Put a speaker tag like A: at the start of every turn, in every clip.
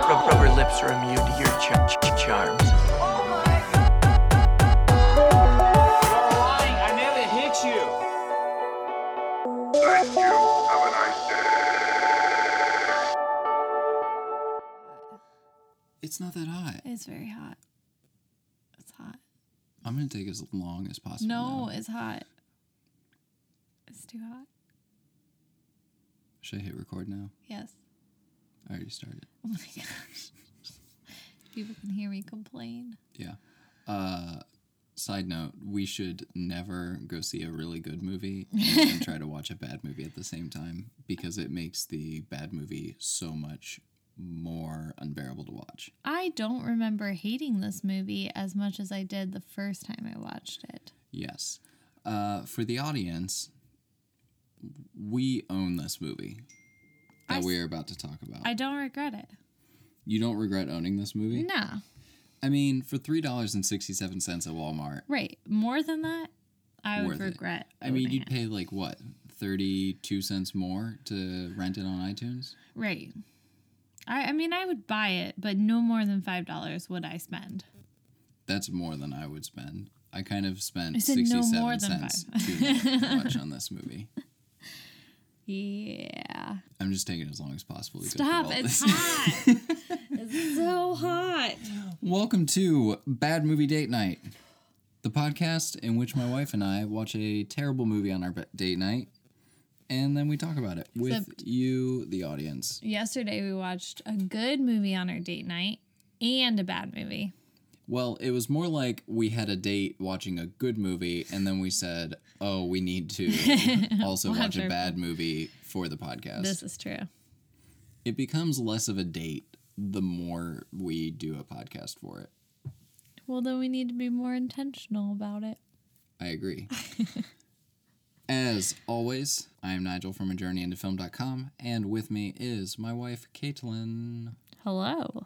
A: Oh, lips are immune to your ch- ch- charms.
B: lying. I never hit you.
C: Thank you. Have a nice day.
D: It's not that hot.
E: It's very hot. It's hot.
D: I'm gonna take as long as possible.
E: No,
D: now.
E: it's hot. It's too hot.
D: Should I hit record now?
E: Yes.
D: I already started.
E: Oh my gosh. People can hear me complain.
D: Yeah. Uh, side note: We should never go see a really good movie and then try to watch a bad movie at the same time because it makes the bad movie so much more unbearable to watch.
E: I don't remember hating this movie as much as I did the first time I watched it.
D: Yes. Uh, for the audience, we own this movie
E: I
D: that
E: s-
D: we're about to talk about.
E: I don't regret it.
D: you don't regret owning this movie?
E: No.
D: I mean, for three dollars and sixty-seven cents at Walmart,
E: Right. More than that, I
D: Worth
E: would
D: it.
E: regret.
D: I mean,
E: owning
D: you'd
E: it.
D: pay like what, 32 cents more to rent it on iTunes?
E: Right. I, I mean, I would buy it, but no more than $5 would I spend.
D: That's more than I would spend. I kind of spent
E: I said no
D: 67
E: more than
D: cents
E: five.
D: to watch on this movie.
E: Yeah.
D: I'm just taking as long as possible. To go through
E: Stop.
D: all
E: It's
D: this.
E: hot. it's so hot.
D: Welcome to Bad Movie Date Night, the podcast in which my wife and I watch a terrible movie on our ba- date night, and then we talk about it with
E: Except-
D: you, the audience.
E: Yesterday we watched a good movie on our date night and a bad movie.
D: Well, it was more like we had a date watching a good movie, and then we said, "Oh, we need to also
E: have
D: watch a
E: their-
D: bad movie for the podcast."
E: This is true.
D: It becomes less of a date the more we do a podcast for it.
E: Well, then we need to be more intentional about it.
D: I agree. As always, I am Nigel from a journey into film.com, and with me is my wife, Caitlin.
E: Hello.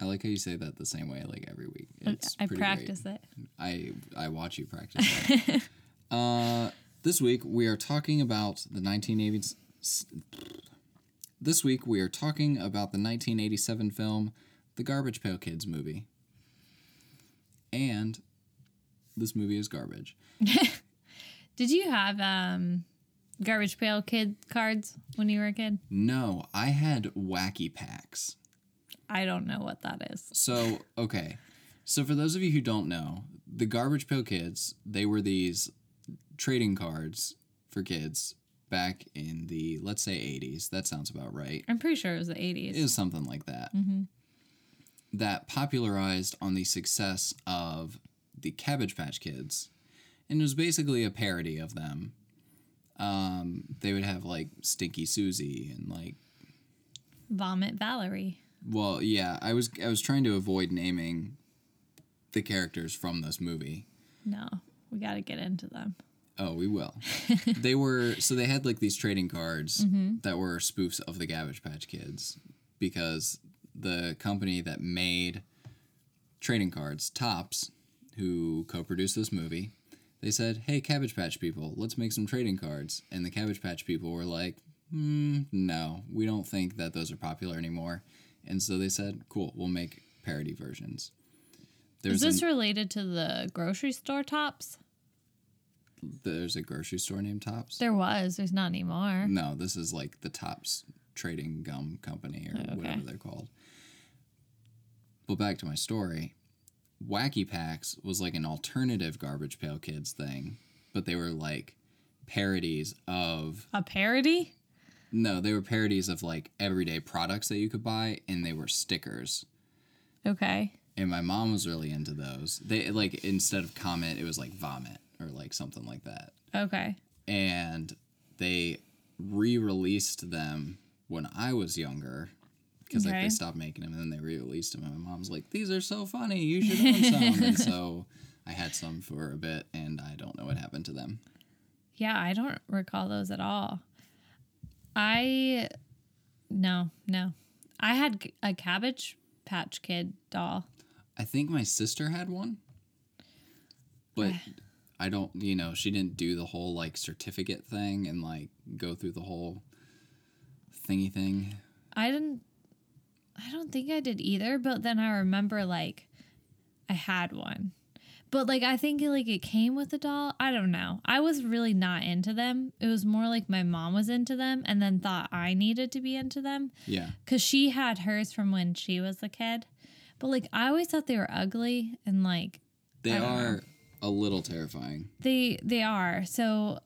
D: I like how you say that the same way like every week. It's
E: I
D: pretty great.
E: practice it.
D: I I watch you practice. That. uh, this week we are talking about the 1980s. This week we are talking about the 1987 film, The Garbage Pail Kids movie. And this movie is garbage.
E: Did you have um, garbage pail kid cards when you were a kid?
D: No, I had wacky packs.
E: I don't know what that is.
D: So, okay. So, for those of you who don't know, the Garbage Pail Kids, they were these trading cards for kids back in the, let's say, 80s. That sounds about right.
E: I'm pretty sure it was the 80s.
D: It was something like that. That popularized on the success of the Cabbage Patch Kids. And it was basically a parody of them. Um, they would have like Stinky Susie and like
E: Vomit Valerie.
D: well, yeah, I was I was trying to avoid naming the characters from this movie.
E: No, we got to get into them.
D: Oh, we will. they were so they had like these trading cards
E: Mm-hmm.
D: that were spoofs of the Garbage Patch Kids because the company that made trading cards, Tops, who co-produced this movie, they said, "Hey, Cabbage Patch people, let's make some trading cards." And the Cabbage Patch people were like, mm, "No, we don't think that those are popular anymore." And so they said, "Cool, we'll make parody versions." There's
E: Is this
D: an-
E: related to the grocery store tops?
D: there's a grocery store named Tops.
E: There was. There's not anymore.
D: No, this is like the Tops Trading Gum Company or
E: okay.
D: whatever they're called. But back to my story. Wacky Packs was like an alternative Garbage Pail Kids thing, but they were like parodies of
E: A parody?
D: no, they were parodies of like everyday products that you could buy and they were stickers.
E: Okay.
D: And my mom was really into those. They like instead of comment, it was like vomit or like something like that.
E: Okay.
D: and they re-released them when I was younger because like
E: Okay.
D: they stopped making them and then they re-released them and my mom's like these are so funny you should own some and so I had some for a bit and I don't know what happened to them
E: Yeah, I don't recall those at all. I no, no. I had c- a cabbage patch kid doll.
D: I think my sister had one but I don't you know she didn't do the whole like certificate thing and like go through the whole thingy thing
E: I didn't I don't think I did either, but then I remember like I had one. But like I think like it came with a doll. I don't know. I was really not into them. It was more like my mom was into them and then thought I needed to be into them
D: Yeah.
E: cuz she had hers from when she was a kid. But like I always thought they were ugly and like
D: They
E: I don't
D: are a little terrifying.
E: they they are. So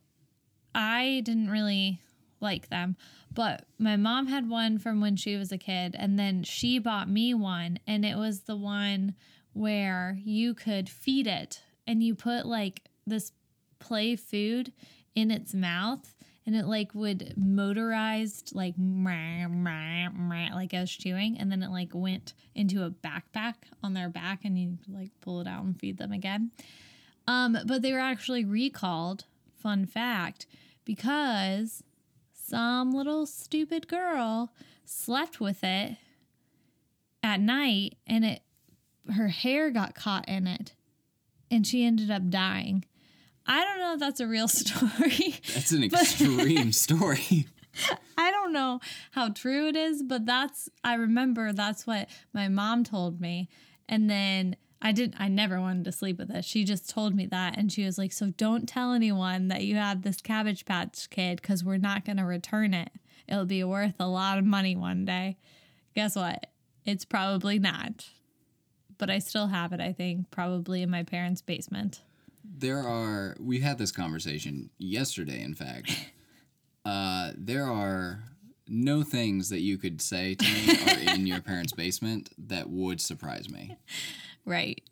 E: I didn't really like them, but my mom had one from when she was a kid and then she bought me one and it was the one where you could feed it and you put like this play food in its mouth and it like would motorized like mrah, mrah, mrah, like I was chewing and then it like went into a backpack on their back and you like pull it out and feed them again. Um, but they were actually recalled. Fun fact, because some little stupid girl slept with it at night, and it her hair got caught in it, and she ended up dying. I don't know if that's a real story.
D: That's an extreme story.
E: I don't know how true it is, but that's I remember that's what my mom told me. And then I didn't I never wanted to sleep with it. She just told me that and she was like, "So don't tell anyone that you have this cabbage patch kid cuz we're not going to return it. It'll be worth a lot of money one day." Guess what? It's probably not. But I still have it, I think, probably in my parents' basement.
D: There are, we had this conversation yesterday, in fact. Uh, there are no things that you could say to me are in your parents' basement that would surprise me.
E: Right.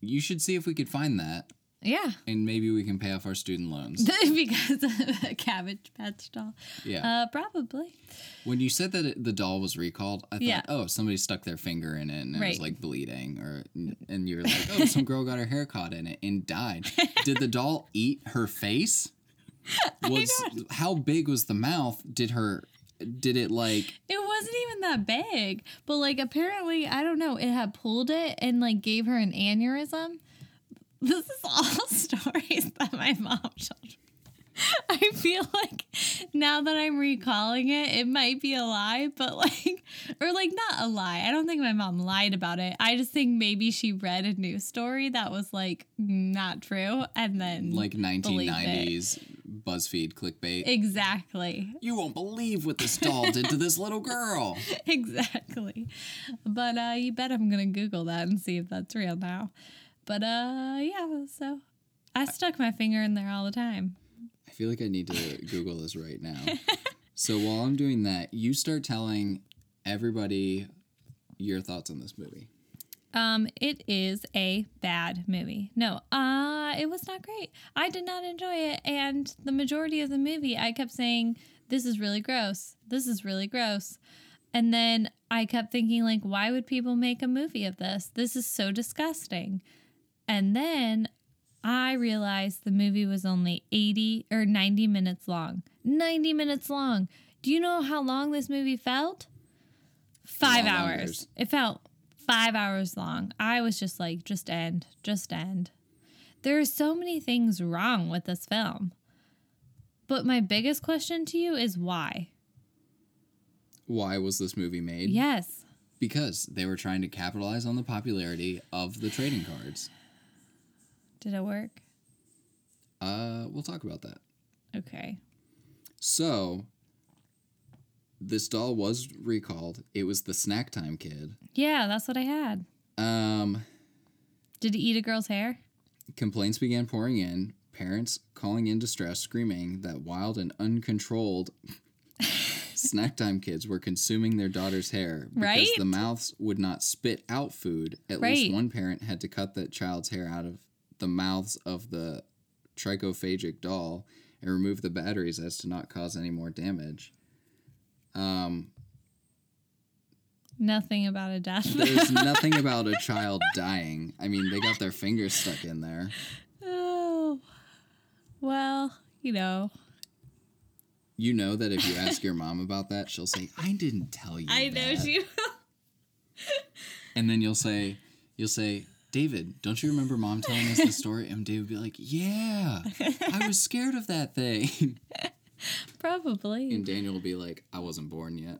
D: You should see if we could find that
E: Yeah.
D: and maybe we can pay off our student loans.
E: because of a cabbage patch doll.
D: Yeah.
E: Uh probably.
D: when you said that it, the doll was recalled, I thought,
E: Yeah.
D: oh, somebody stuck their finger in it and it
E: Right.
D: was like bleeding, or and you were like, oh, some girl got her hair caught in it and died. Did the doll eat her face? Was how big was the mouth? Did her? Did it like?
E: It wasn't even that big, but like apparently, I don't know, it had pulled it and like gave her an aneurysm. This is all stories that my mom told me. I feel like now that I'm recalling it, it might be a lie, but like, or like not a lie. I don't think my mom lied about it. I just think maybe she read a news story that was like not true and then
D: Like
E: believed it.
D: 1990s BuzzFeed clickbait.
E: Exactly.
D: you won't believe what this doll did to this little girl.
E: exactly. But uh, you bet I'm gonna Google that and see if that's real now. But uh, yeah, so I stuck my finger in there all the time.
D: I feel like I need to Google this right now. so while I'm doing that, you start telling everybody your thoughts on this movie.
E: Um, it is a bad movie. No, uh, it was not great. I did not enjoy it, and the majority of the movie, I kept saying, "This is really gross. This is really gross," and then I kept thinking, like, why would people make a movie of this? This is so disgusting. And then I realized the movie was only 80 or 90 minutes long. 90 minutes long. Do you know how long this movie felt? Five
D: Long
E: hours.
D: hours.
E: It felt five hours long. I was just like, just end, just end. There are so many things wrong with this film. But my biggest question to you is why?
D: Why was this movie made?
E: Yes.
D: Because they were trying to capitalize on the popularity of the trading cards.
E: Did it work?
D: Uh, we'll talk about that.
E: Okay.
D: So, this doll was recalled. It was the snack time kid.
E: Yeah, that's what I had.
D: Um,
E: Did it eat a girl's hair?
D: Complaints began pouring in, parents calling in distress, screaming that wild and uncontrolled snack time kids were consuming their daughter's hair because
E: Right?
D: the mouths would not spit out food. At
E: Right.
D: least one parent had to cut that child's hair out of the mouths of the trichophagic doll and remove the batteries as to not cause any more damage. Um,
E: Nothing about a death.
D: there's nothing about a child dying. I mean, they got their fingers stuck in there.
E: oh. Well, you know.
D: You know that if you ask your mom about that, she'll say, "I didn't tell you." that."
E: she
D: And then you'll say, "You'll say, David, don't you remember mom telling us the story?" And David will be like, "Yeah, I was scared of that thing."
E: probably.
D: And Daniel will be like, "I wasn't born yet."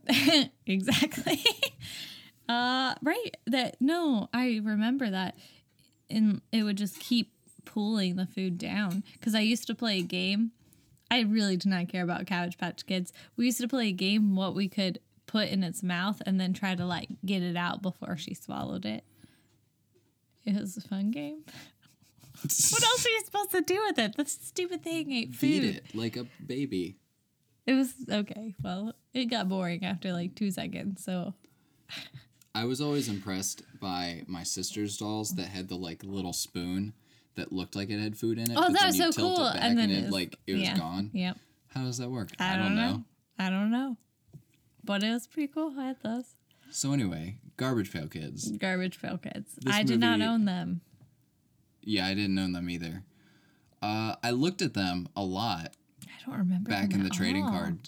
E: exactly. Uh, right. That no, I remember that, and it would just keep pulling the food down. Cause I used to play a game. I really did not care about Cabbage Patch Kids. We used to play a game what we could put in its mouth and then try to like get it out before she swallowed it. It was a fun game. What else are you supposed to do with it? That stupid thing ate
D: Feed
E: food.
D: it like a baby.
E: It was okay. Well, it got boring after like two seconds. So
D: I was always impressed by my sister's dolls that had the like little spoon that looked like it had food in it.
E: Oh,
D: but
E: that
D: then
E: was
D: you
E: so
D: tilt
E: cool,
D: It back
E: and
D: and
E: then
D: it,
E: it was-
D: like it was
E: yeah. Uh,
D: gone.
E: yep.
D: How does that work?
E: I, don't know. I don't know. But it was pretty cool. I had those
D: So anyway, Garbage Pail Kids.
E: garbage pail kids.
D: This
E: I did not
D: movie-
E: own them.
D: Yeah, I didn't own them either. Uh, I looked at them a lot
E: I don't remember.
D: back in
E: them
D: the
E: at
D: trading
E: all.
D: card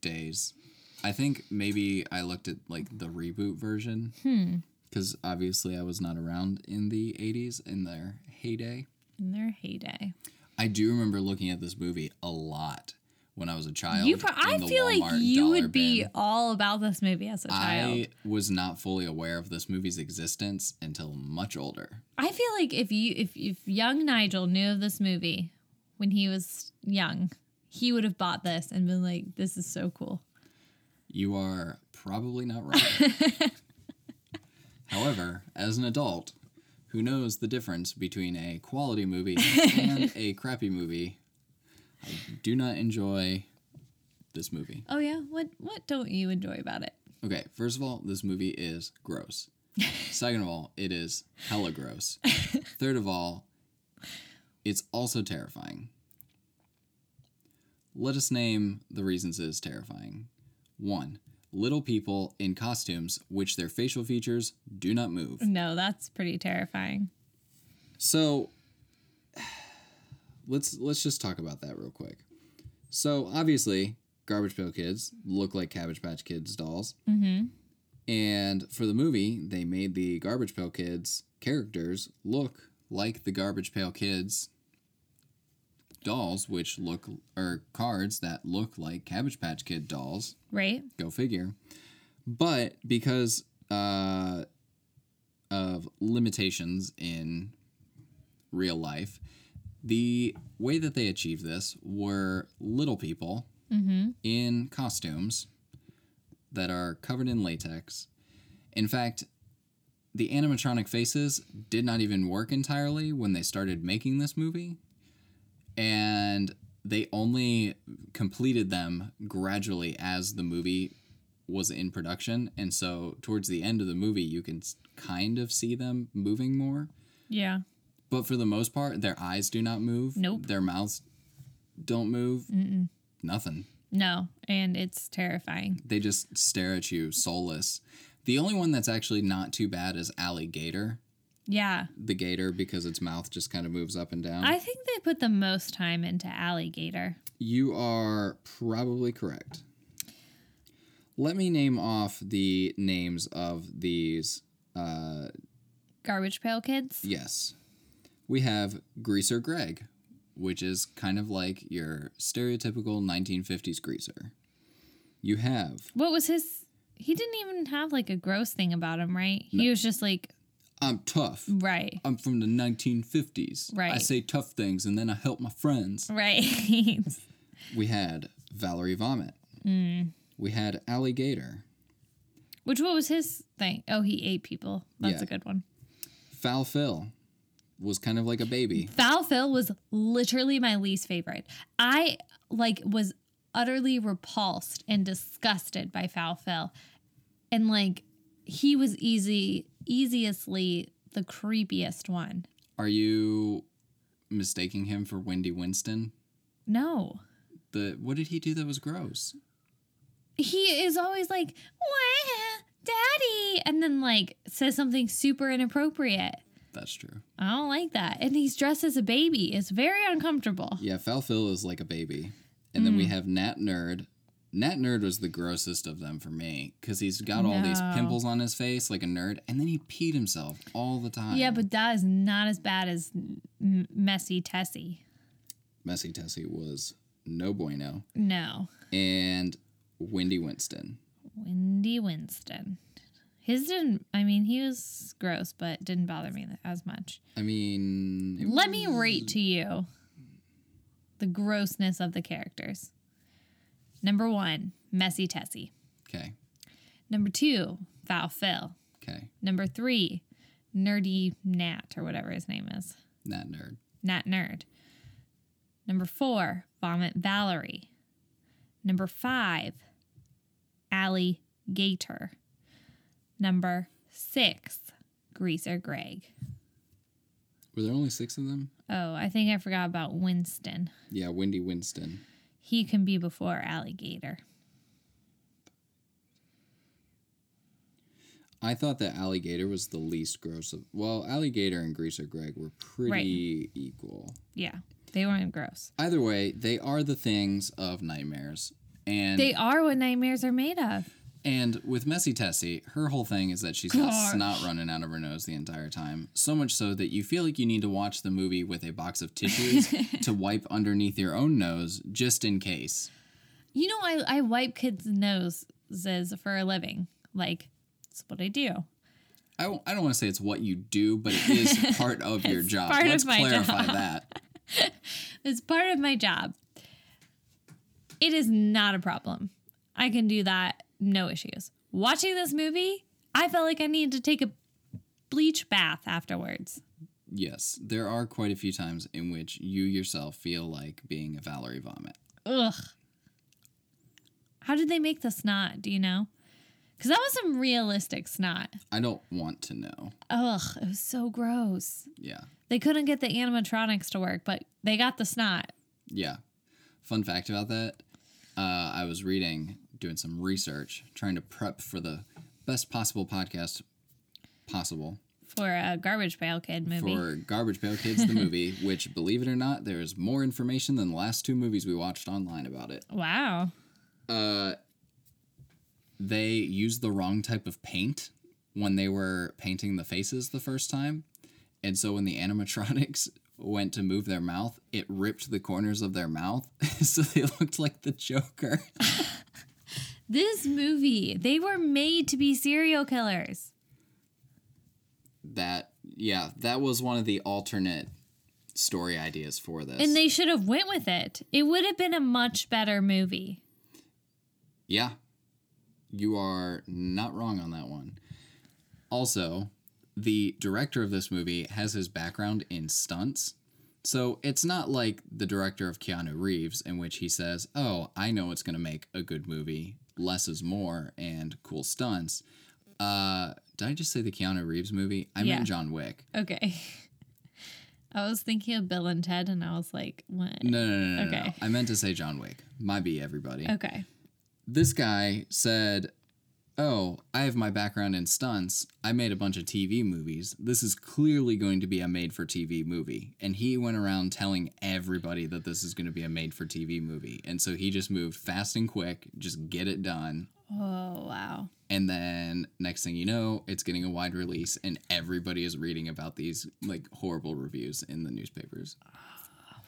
D: days. I think maybe I looked at like the reboot version
E: Hmm.
D: because obviously I was not around in the '80s in their heyday.
E: in their heyday.
D: I do remember looking at this movie a lot when I was a child.
E: You, pro- I
D: in the
E: feel like
D: Walmart
E: you
D: dollar
E: would be
D: bin.
E: all about this movie as a child.
D: I was not fully aware of this movie's existence until much older.
E: I, feel like if you if if young Nigel knew of this movie when he was young, he would have bought this and been like, "This is so cool."
D: You are probably not wrong. However, as an adult who knows the difference between a quality movie and a crappy movie, I do not enjoy this movie.
E: Oh yeah, what what don't you enjoy about it?
D: Okay, first of all, this movie is gross. Second of all, it is hella gross. Third of all, it's also terrifying. Let us name the reasons it is terrifying. One, little people in costumes which their facial features do not move.
E: No, that's pretty terrifying.
D: So let's let's just talk about that real quick. So obviously, Garbage Pail Kids look like Cabbage Patch Kids dolls. Mm-hmm. And for the movie, they made the Garbage Pail Kids characters look like the Garbage Pail Kids dolls, which look or cards that look like Cabbage Patch Kid dolls.
E: Right?
D: Go figure. But because uh, of limitations in real life, the way that they achieved this were little people in costumes that are covered in latex. In fact, the animatronic faces did not even work entirely when they started making this movie. And they only completed them gradually as the movie was in production. And so, towards the end of the movie, you can s- kind of see them moving more.
E: Yeah.
D: But for the most part, their eyes do not move.
E: Nope.
D: Their mouths don't move. Nothing.
E: No, and it's terrifying.
D: They just stare at you soulless. The only one that's actually not too bad is Alligator,
E: Yeah.
D: the gator, because its mouth just kind of moves up and down.
E: I think they put the most time into alligator.
D: You are probably correct. Let me name off the names of these. Uh,
E: Garbage pail kids.
D: yes. We have Greaser Greg, which is kind of like your stereotypical 1950s greaser. You have
E: What was his he didn't even have like a gross thing about him, right? He was just like
D: I'm tough.
E: right.
D: I'm from the 1950s. I
E: Right.
D: say tough things and then I help my friends.
E: Right.
D: We had Valerie Vomit. We had Alligator,
E: Which what was his thing? Oh, he ate people. That's
D: Yeah.
E: a good one.
D: Foul Phil was kind of like a baby.
E: Foul Phil was literally my least favorite. I like was utterly repulsed and disgusted by Foul Phil. And like he was easy easiestly the creepiest one.
D: Are you mistaking him for Wendy Winston?
E: No.
D: The what did he do that was gross?
E: He is always like, "Wah, Daddy, and then like says something super inappropriate.
D: That's true.
E: I don't like that. And he's dressed as a baby. It's very uncomfortable.
D: Yeah, Foul Phil is like a baby. And then we
E: Mm.
D: have Nat Nerd. Nat Nerd was the grossest of them for me because he's got all these
E: No.
D: pimples on his face like a nerd, and then he peed himself all the time.
E: Yeah, but that is not as bad as m- messy Tessie.
D: Messy Tessie was no bueno.
E: No.
D: And Wendy Winston.
E: Wendy Winston. His didn't. I mean, he was gross, but didn't bother me as much.
D: I mean, it
E: Let me rate to you the grossness of the characters. Number one, messy Tessie.
D: Okay.
E: Number two, foul Phil.
D: Okay.
E: Number three, nerdy Nat or whatever his name is.
D: Not nerd.
E: Nat Nerd. Number four, Vomit Valerie. Number five, Allie Gator. Number six, Greaser Greg.
D: Were there only six of them?
E: Oh, I think I forgot about Winston.
D: Yeah, Wendy Winston.
E: He can be before Alligator.
D: I thought that Alligator was the least gross of. Well, Alligator and Greaser Greg were pretty equal.
E: Yeah, they weren't gross.
D: Either way, they are the things of nightmares. And
E: They are what nightmares are made of.
D: and with Messy Tessie, her whole thing is that she's got
E: Gosh.
D: snot running out of her nose the entire time. So much so that you feel like you need to watch the movie with a box of tissues to wipe underneath your own nose just in case.
E: You know, I, I wipe kids' noses for a living. Like, it's what I do.
D: I don't, I don't want to say it's what you do, but it is part of your job.
E: part of
D: Let's
E: my
D: clarify
E: job.
D: that.
E: It's part of my job. It is not a problem. I can do that, no issues. Watching this movie, I felt like I needed to take a bleach bath afterwards.
D: Yes, there are quite a few times in which you yourself feel like being a Valerie vomit.
E: Ugh. How did they make the snot? Do you know? Because that was some realistic snot.
D: I don't want to know.
E: Ugh, it was so gross.
D: Yeah.
E: They couldn't get the animatronics to work, but they got the snot.
D: Yeah. Fun fact about that uh, I was reading, doing some research, trying to prep for the best possible podcast possible
E: For a garbage pail kid movie.
D: for Garbage Pail Kids, the movie, which, believe it or not, there is more information than the last two movies we watched online about it.
E: wow.
D: They used the wrong type of paint when they were painting the faces the first time. And so when the animatronics went to move their mouth, it ripped the corners of their mouth. so they looked like the Joker.
E: This movie, they were made to be serial killers.
D: that yeah that was one of the alternate story ideas for this
E: And they should have went with it. It would have been a much better movie.
D: yeah you are not wrong on that one also the director of this movie has his background in stunts so it's not like the director of keanu reeves in which he says oh i know it's going to make a good movie less is more and cool stunts uh did i just say the keanu reeves movie i
E: Yeah.
D: meant john wick
E: Okay. I was thinking of Bill and Ted and I was like, what?
D: no no no no, no.
E: Okay.
D: i meant to say john wick my be everybody
E: Okay.
D: this guy said, Oh, I have my background in stunts. I made a bunch of TV movies. This is clearly going to be a made for TV movie. And he went around telling everybody that this is going to be a made for TV movie. And so he just moved fast and quick, just get it done.
E: Oh, wow.
D: And then next thing you know, it's getting a wide release, and everybody is reading about these like horrible reviews in the newspapers.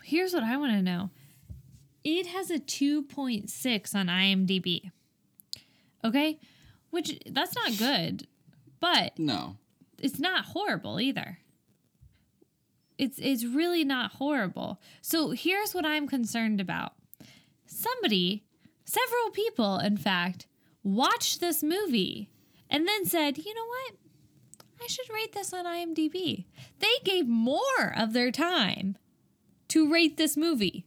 E: Here's what I want to know it has a 2.6 on IMDb. Okay. Which that's not good, but
D: No,
E: it's not horrible either. It's it's really not horrible. So here's what I'm concerned about. Somebody, several people in fact, watched this movie and then said, "You know what? I should rate this on IMDb." They gave more of their time to rate this movie.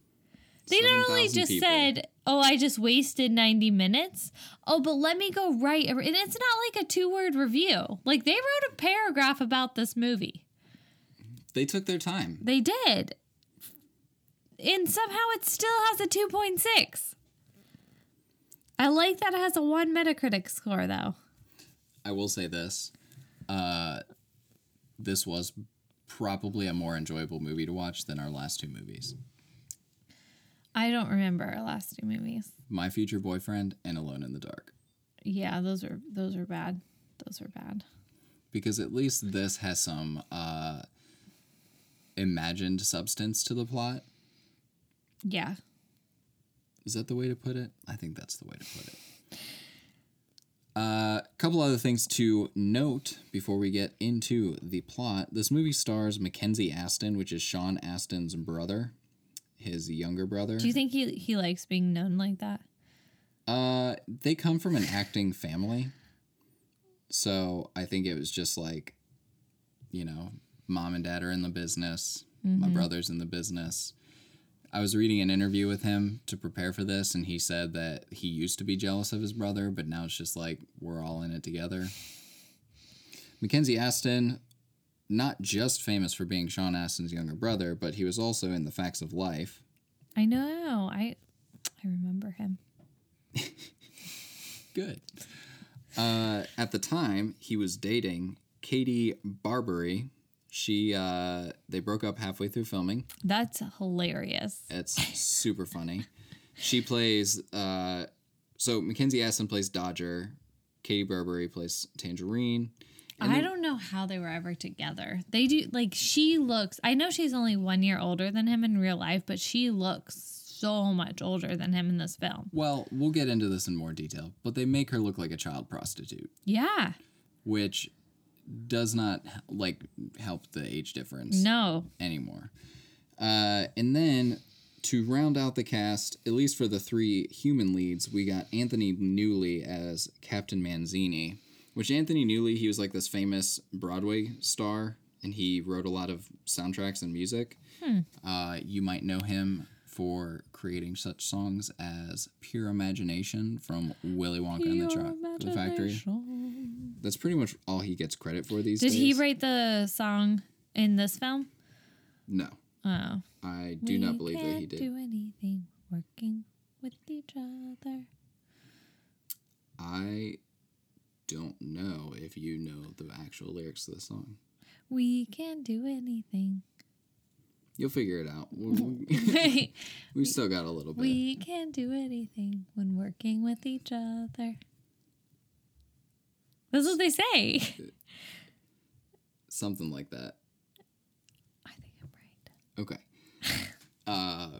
E: They not only
D: 7,000
E: just
D: people.
E: said, "Oh, I just wasted 90 minutes." Oh, but let me go write, a re-" and it's not like a two-word review. Like they wrote a paragraph about this movie.
D: they took their time.
E: They did. And somehow it still has a 2.6. I like that it has a 1 Metacritic score, though.
D: I will say this. Uh, this was probably a more enjoyable movie to watch than our last two movies
E: I don't remember our last two movies.
D: My Future Boyfriend and Alone in the Dark.
E: Yeah, those were those were bad. Those were bad.
D: Because at least this has some uh, imagined substance to the plot.
E: Yeah.
D: Is that the way to put it? I think that's the way to put it. A Uh, couple other things to note before we get into the plot. This movie stars Mackenzie Aston, which is Sean Aston's brother, his younger brother.
E: Do you think he he likes being known like that?
D: Uh, they come from an acting family, so I think it was just like, you know, mom and dad are in the business. My brother's in the business. I was reading an interview with him to prepare for this, and he said that he used to be jealous of his brother, but now it's just like we're all in it together. Mackenzie Aston, not just famous for being Sean Aston's younger brother, but he was also in The Facts of Life.
E: I know. I I remember him.
D: Good. Uh, at the time, he was dating Katie Barbary. She uh, they broke up halfway through filming.
E: That's hilarious.
D: It's super funny. She plays uh, so Mackenzie Aston plays Dodger. Katie Barbary plays Tangerine.
E: I don't know how they were ever together. They do like she looks. I know she's only one year older than him in real life, but she looks so much older than him in this film.
D: Well, we'll get into this in more detail, but they make her look like a child prostitute,
E: Yeah.
D: which does not like help the age difference.
E: No.
D: anymore. Uh, and then to round out the cast, at least for the three human leads, we got Anthony Newley as Captain Manzini, which Anthony Newley, he was like this famous Broadway star, and he wrote a lot of soundtracks and music.
E: Hmm.
D: Uh, you might know him for creating such songs as Pure Imagination from Willy Wonka and the Chocolate Factory. That's pretty much all he gets credit for these
E: Did
D: days.
E: he write the song in this film?
D: No.
E: Oh.
D: I do not believe that he did.
E: do anything working with each other.
D: I don't know if you know the actual lyrics to the song.
E: We can do anything.
D: You'll figure it out. We- we still got a little bit.
E: we can do anything when working with each other. That's what they say.
D: Something like that.
E: I think I'm right.
D: Okay. Uh,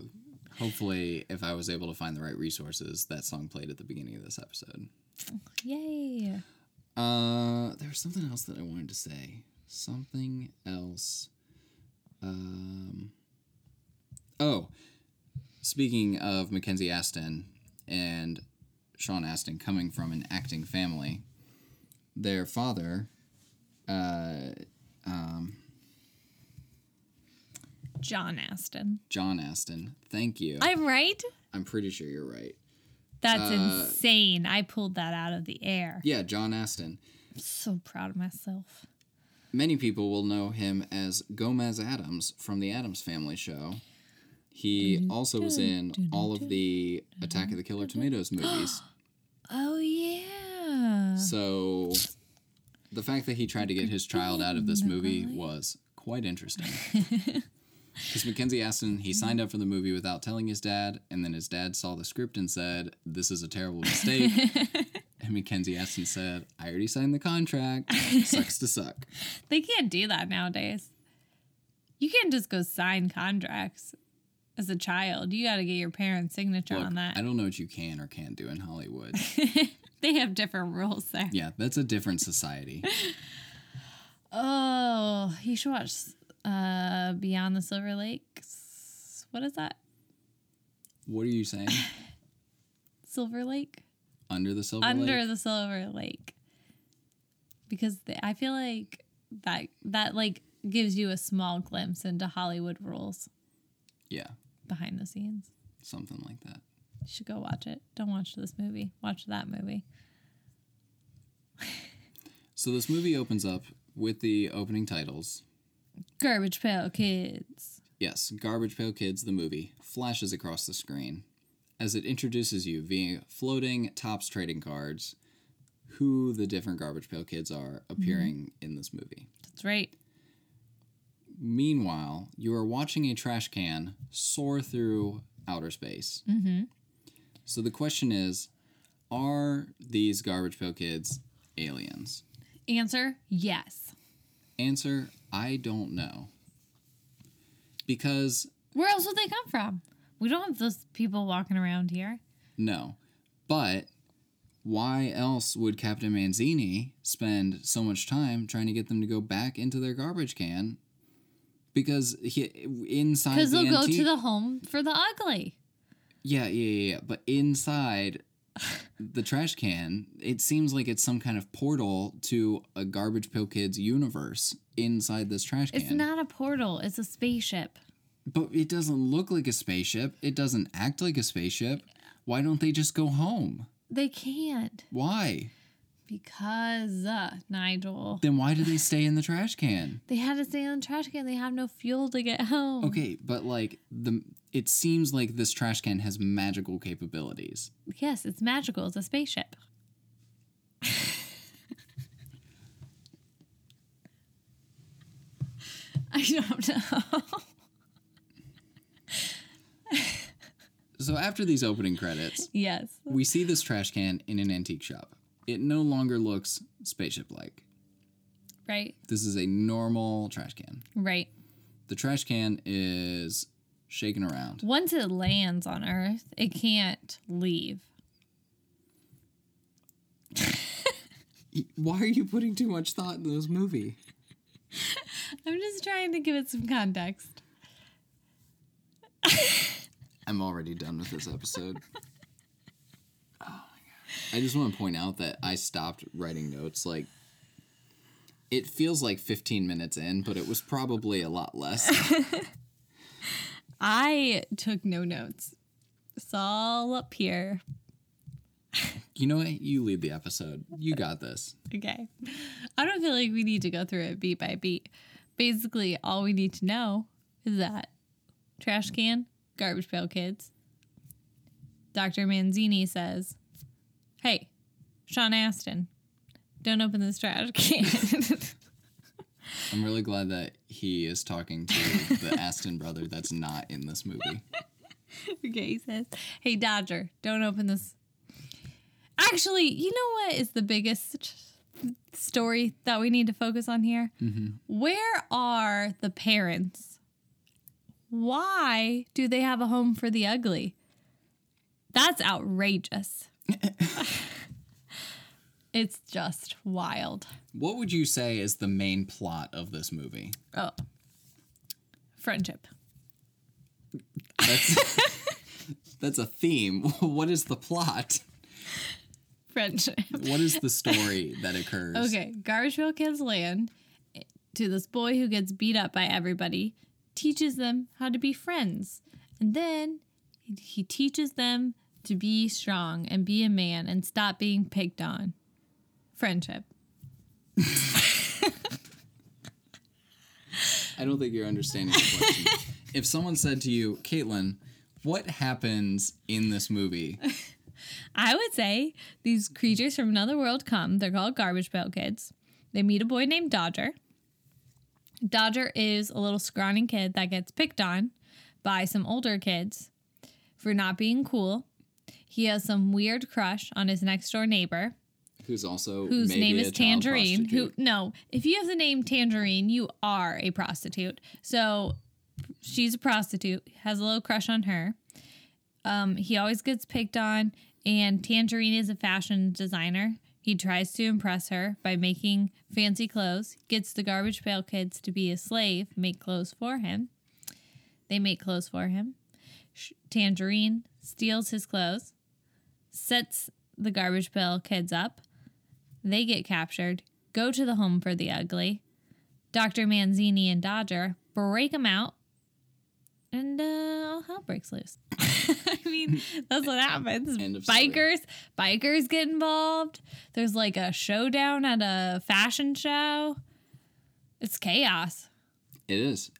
D: hopefully, if I was able to find the right resources, that song played at the beginning of this episode.
E: Yay.
D: Uh, there was something else that I wanted to say. Something else. Um. Oh, speaking of Mackenzie Aston and Sean Aston coming from an acting family, their father,
E: John Aston.
D: John Aston. Thank you. I-
E: I'm right?
D: am pretty sure you're right.
E: That's insane. I pulled that out of the air.
D: Yeah, John Aston.
E: So proud of myself.
D: Many people will know him as Gomez Adams from the Adams Family show. He also was in all of the Attack of the Killer Tomatoes movies.
E: Oh, yeah.
D: So the fact that he tried to get his child out of this movie was quite interesting. Because Mackenzie Aston, he signed up for the movie without telling his dad, and then his dad saw the script and said, This is a terrible mistake. and Mackenzie Aston said, I already signed the contract. Sucks to suck.
E: They can't do that nowadays. You can't just go sign contracts as a child. You got to get your parents' signature
D: Look,
E: on that.
D: I don't know what you can or can't do in Hollywood.
E: They have different rules there.
D: yeah, that's a different society.
E: Oh, you should watch uh, Beyond the Silver Lakes. What is that?
D: What are you saying?
E: Silver Lake?
D: Under the silver
E: Under
D: lake?
E: the Silver Lake. Because the, I feel like that that like gives you a small glimpse into Hollywood rules
D: Yeah,
E: behind the scenes.
D: something like that.
E: You should go watch it. Don't watch this movie. Watch that movie.
D: So this movie opens up with the opening titles.
E: Garbage Pail Kids.
D: Yes, Garbage Pail Kids, the movie, flashes across the screen as it introduces you via floating tops trading cards who the different Garbage Pail Kids are appearing in this movie.
E: That's right.
D: Meanwhile, you are watching a trash can soar through outer space. Mm-hmm. So the question is are these Garbage Pail Kids aliens?
E: Answer yes.
D: Answer I don't know. Because
E: Where else would they come from? We don't have those people walking around here.
D: No. But why else would Captain Manzini spend so much time trying to get them to go back into their garbage can? Because he inside
E: Because
D: the
E: they'll go
D: antique-
E: to the home for the ugly.
D: yeah, yeah, yeah, yeah. But inside the trash can, it seems like it's some kind of portal to a Garbage Pail Kids universe inside this trash can.
E: It's not a portal, it's a spaceship.
D: But it doesn't look like a spaceship. It doesn't act like a spaceship. Why don't they just go home?
E: They can't
D: Why?
E: because uh, Nigel.
D: Then why do they stay in the trash can?
E: They had to stay on the trash can. They have no fuel to get home.
D: Okay, but like the it seems like this trash can has magical capabilities.
E: Yes, it's magical. It's a spaceship. I don't know.
D: So after these opening credits,
E: yes.
D: we see this trash can in an antique shop. It no longer looks spaceship like.
E: Right.
D: This is a normal trash can.
E: Right.
D: The trash can is shaking around.
E: Once it lands on Earth, it can't leave.
D: Why are you putting too much thought into this movie?
E: I'm just trying to give it some context.
D: I'm already done with this episode. oh my god. I just want to point out that I stopped writing notes like it feels like 15 minutes in, but it was probably a lot less.
E: I took no notes. It's all up here.
D: you know what? You lead the episode. You got this.
E: Okay. I don't feel like we need to go through it beat by beat. Basically, all we need to know is that trash can, garbage pail kids. Dr. Manzini says, Hey, Sean Aston, don't open this trash can.
D: I'm really glad that he is talking to the Aston brother that's not in this movie.
E: okay, he says, Hey, Dodger, don't open this. Actually, you know what is the biggest story that we need to focus on here? Where are the parents? Why do they have a home for the ugly? That's outrageous. it's just wild.
D: What would you say is the main plot of this movie?
E: Oh, friendship.
D: That's That's a theme. What is the plot?
E: Friendship.
D: What is the story that occurs?
E: Okay, garbage pail kids land to this boy who gets beat up by everybody, teaches them how to be friends, and then he teaches them to be strong and be a man and stop being picked on. Friendship.
D: I don't think you're understanding the question. if someone said to you, Caitlin, what happens in this movie?
E: I would say these creatures from another world come. They're called garbage pail kids. They meet a boy named Dodger. Dodger is a little scrawny kid that gets picked on by some older kids for not being cool. He has some weird crush on his next door neighbor,
D: Who's also
E: whose
D: maybe
E: name
D: a
E: is
D: child
E: Tangerine. Who
D: prostitute.
E: no, if you have the name Tangerine, you are a prostitute. So she's a prostitute, has a little crush on her. Um, he always gets picked on, and Tangerine is a fashion designer. He tries to impress her by making fancy clothes, gets the garbage pail kids to be a slave, make clothes for him. They make clothes for him. Sh- Tangerine steals his clothes, sets the garbage pail kids up, they get captured, go to the home for the ugly. Dr. Manzini and Dodger break them out, and uh, all hell breaks loose. I mean, that's what happens.
D: End of story.
E: Bikers, bikers get involved. There's like a showdown at a fashion show. It's chaos
D: It is.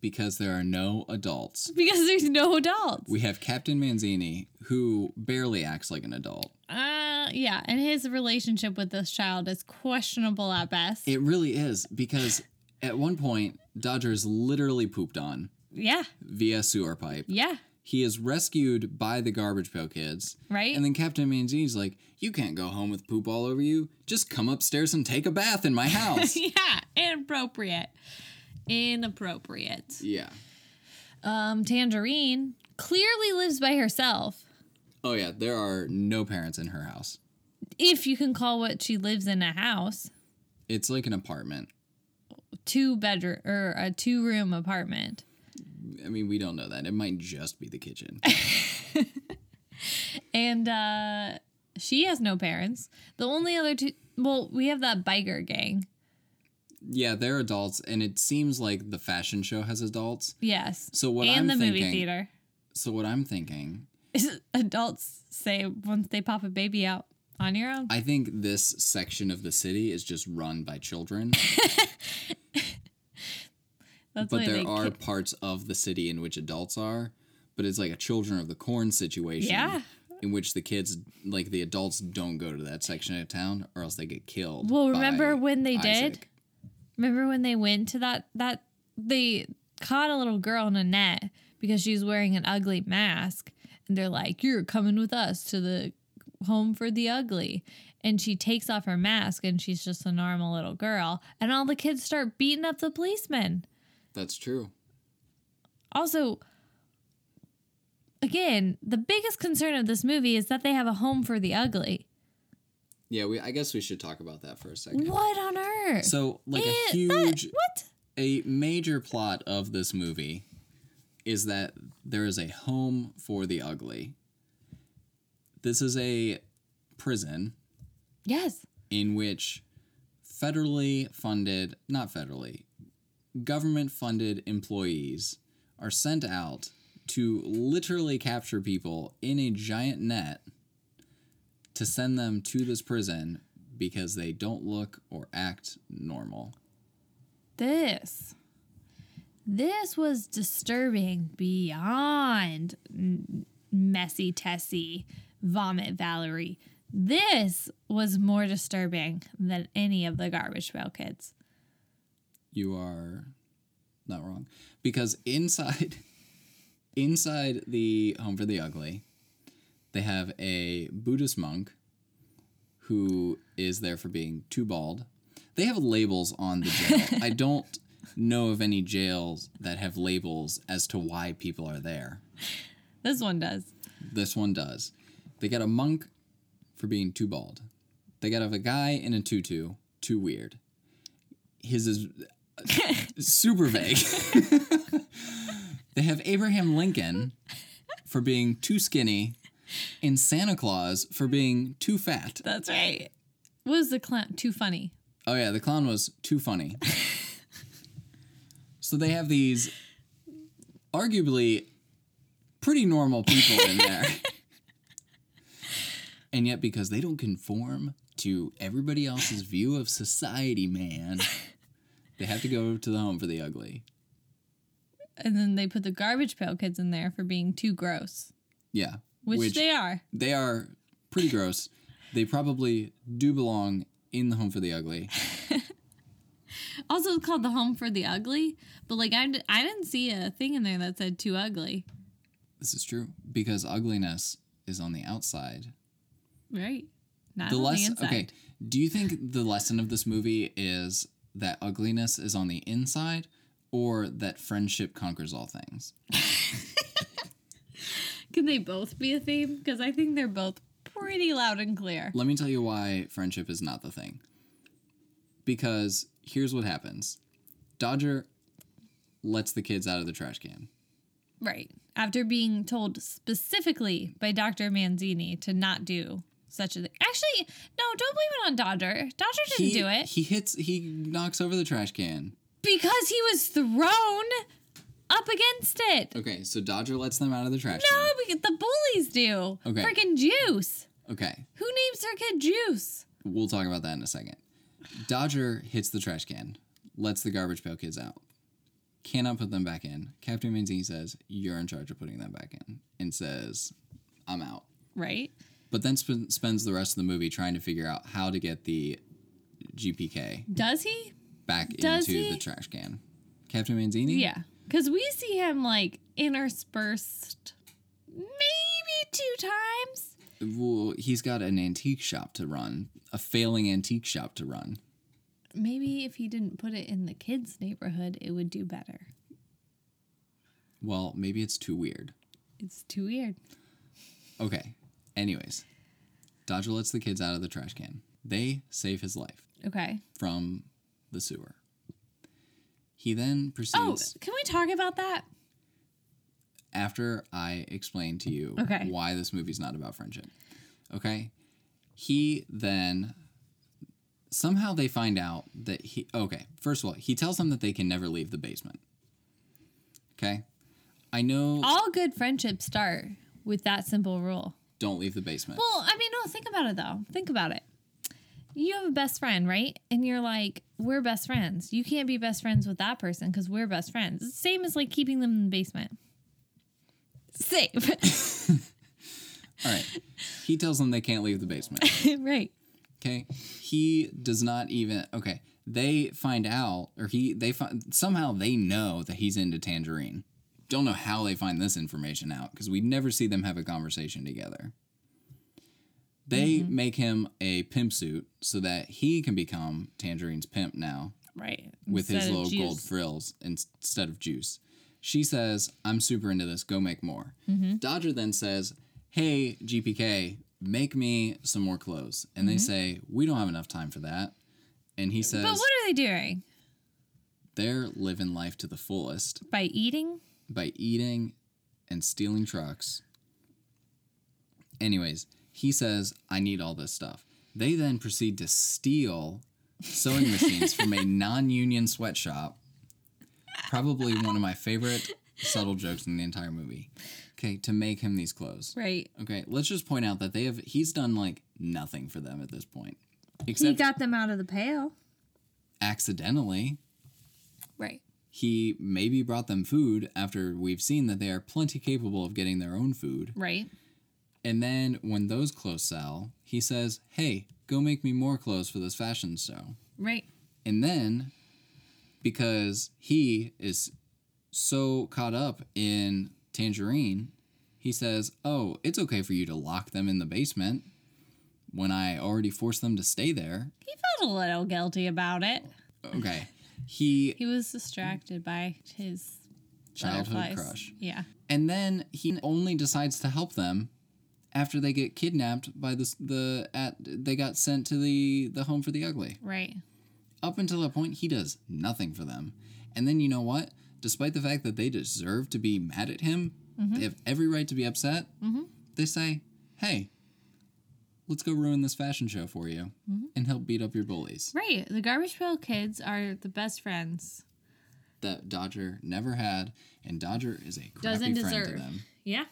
D: Because there are no adults.
E: because there's no adults.
D: We have Captain Manzini, who barely acts like an adult.
E: uh, yeah, and his relationship with this child is questionable at best.
D: It really is, because at one point, Dodger is literally pooped on
E: yeah,
D: via sewer pipe.
E: yeah,
D: He is rescued by the Garbage Pail Kids.
E: right.
D: And then Captain Manzini's like, You can't go home with poop all over you. Just come upstairs and take a bath in my house.
E: yeah, inappropriate. Inappropriate.
D: yeah.
E: Um, Tangerine clearly lives by herself.
D: Oh, yeah. There are no parents in her house.
E: if you can call what she lives in a house,
D: It's like an apartment.
E: two bedroom or a two room apartment.
D: I mean, we don't know that. It might just be the kitchen.
E: And uh, she has no parents. The only other two, well, we have that biker gang.
D: yeah, they're adults, and it seems like the fashion show has adults.
E: Yes.
D: So what
E: and
D: I'm
E: the
D: thinking-
E: movie theater.
D: So what I'm thinking,
E: Adults say once they pop a baby out on your own.
D: I think this section of the city is just run by children,
E: That's
D: but
E: why
D: there
E: they
D: are
E: ki-
D: parts of the city in which adults are. But it's like a children of the corn situation.
E: Yeah.
D: In which the kids, like the adults, don't go to that section of town, or else they get killed.
E: Well,
D: by
E: remember when they did?
D: Isaac.
E: Remember when they went to that that they caught a little girl in a net because she's wearing an ugly mask and they're like, "You're coming with us to the home for the ugly." And she takes off her mask and she's just a normal little girl and all the kids start beating up the policeman.
D: That's true.
E: Also, again, the biggest concern of this movie is that they have a home for the ugly.
D: Yeah, we. I guess we should talk about that for a second.
E: What on earth?
D: So, like
E: Eh,
D: a
E: that-
D: huge,
E: what?
D: a major plot of this movie is that there is a home for the ugly. This is a prison
E: Yes.
D: in which federally funded, not federally, government funded employees are sent out to literally capture people in a giant net to send them to this prison because they don't look or act normal.
E: this this was disturbing beyond n- messy tessie vomit valerie this was more disturbing than any of the garbage pail kids
D: you are not wrong because inside inside the home for the ugly they have a buddhist monk who is there for being too bald they have labels on the jail i don't know of any jails that have labels as to why people are there
E: this one does
D: this one does they got a monk for being too bald they got a guy in a tutu too weird his is super vague. they have Abraham Lincoln for being too skinny and Santa Claus for being too fat.
E: that's right what was the clown too funny
D: Oh yeah, the clown was too funny. so they have these arguably pretty normal people in there. and yet because they don't conform to everybody else's view of society, man, they have to go to the home for the ugly.
E: and then they put the garbage pail kids in there for being too gross
D: Yeah.
E: which, they are
D: they are pretty gross. They probably do belong in the home for the ugly.
E: also it's called the home for the ugly but like I, d- I didn't see a thing in there that said too ugly
D: This is true because ugliness is on the outside.
E: right not
D: The
E: on the
D: lesson,
E: inside
D: okay. Do you think the lesson of this movie is that ugliness is on the inside, or that friendship conquers all things?
E: Can they both be a theme? Because I think they're both pretty loud and clear.
D: Let me tell you why friendship is not the thing. Because here's what happens: Dodger lets the kids out of the trash can.
E: Right. After being told specifically by Dr. Manzini to not do such a thing. Actually, no, don't blame it on Dodger. Dodger didn't
D: he,
E: do it
D: He hits. He knocks over the trash can.
E: because he was thrown up against it.
D: Okay, so Dodger lets them out of the trash
E: No, because the bullies do.
D: Okay.
E: Freaking Juice.
D: can. Okay,
E: Who names their kid Juice?
D: we'll talk about that in a second. Dodger hits the trash can, lets the garbage pail kids out. Cannot put them back in. Captain Manzini says, You're in charge of putting them back in, and says, I'm out.
E: Right?
D: But then sp- spends the rest of the movie trying to figure out how to get the GPK
E: Does he?
D: back
E: Does
D: into
E: he?
D: the trash can. Captain Manzini?
E: Yeah. Because we see him like interspersed maybe two times.
D: Well, he's got an antique shop to run, a failing antique shop to run.
E: Maybe if he didn't put it in the kids' neighborhood, it would do better.
D: Well, maybe it's too weird.
E: It's too weird.
D: Okay. Anyways, Dodger lets the kids out of the trash can. They save his life
E: Okay.
D: from the sewer. He then
E: Oh,
D: proceeds
E: can we talk about that?
D: after I explain to you
E: Okay.
D: why this movie's not about friendship. Okay? He then somehow they find out that he okay, first of all, he tells them that they can never leave the basement. Okay? I know
E: All good friendships start with that simple rule.
D: don't leave the basement.
E: Well, I mean, no, think about it though. Think about it. You have a best friend, right? And you're like, we're best friends. You can't be best friends with that person because we're best friends. It's the same as like keeping them in the basement. Safe.
D: all right. He tells them they can't leave the basement.
E: right.
D: Okay. He does not even okay. They find out or he they find somehow they know that he's into tangerine. Don't know how they find this information out because we never see them have a conversation together. They make him a pimp suit so that he can become Tangerine's pimp now
E: Right.
D: with his
E: Instead of
D: little gold
E: juice.
D: frills instead of juice. She says, I'm super into this. Go make more.
E: Mm-hmm.
D: Dodger then says, Hey, GPK, make me some more clothes. And they say, We don't have enough time for that. And he says,
E: Mm-hmm. But what are they doing?
D: They're living life to the fullest
E: By eating?
D: by eating and stealing trucks. Anyways, he says, I need all this stuff. They then proceed to steal sewing machines from a non union sweatshop. Probably one of my favorite subtle jokes in the entire movie. Okay, to make him these clothes.
E: Right.
D: Okay, let's just point out that they have, he's done like nothing for them at this point,
E: He
D: except
E: got them out of the pail.
D: accidentally.
E: Right.
D: He maybe brought them food after we've seen that they are plenty capable of getting their own food.
E: Right.
D: And then when those clothes sell, he says, Hey, go make me more clothes for this fashion show.
E: Right.
D: And then, because he is so caught up in Tangerine, he says, Oh, it's okay for you to lock them in the basement when I already forced them to stay there.
E: He felt a little guilty about it.
D: Okay. He,
E: He was distracted by his
D: childhood
E: butterflies.
D: crush.
E: Yeah.
D: And then he only decides to help them after they get kidnapped by the, the at they got sent to the the home for the ugly.
E: Right.
D: up until that point, he does nothing for them. And then you know what? Despite the fact that they deserve to be mad at him,
E: Mm-hmm.
D: they have every right to be upset. They say, "Hey, let's go ruin this fashion show for you
E: Mm-hmm.
D: and help beat up your bullies."
E: Right. The Garbage Pail Kids are the best friends.
D: That Dodger never had, and Dodger is a crappy
E: Doesn't
D: friend to
E: deserve.
D: them.
E: Yeah.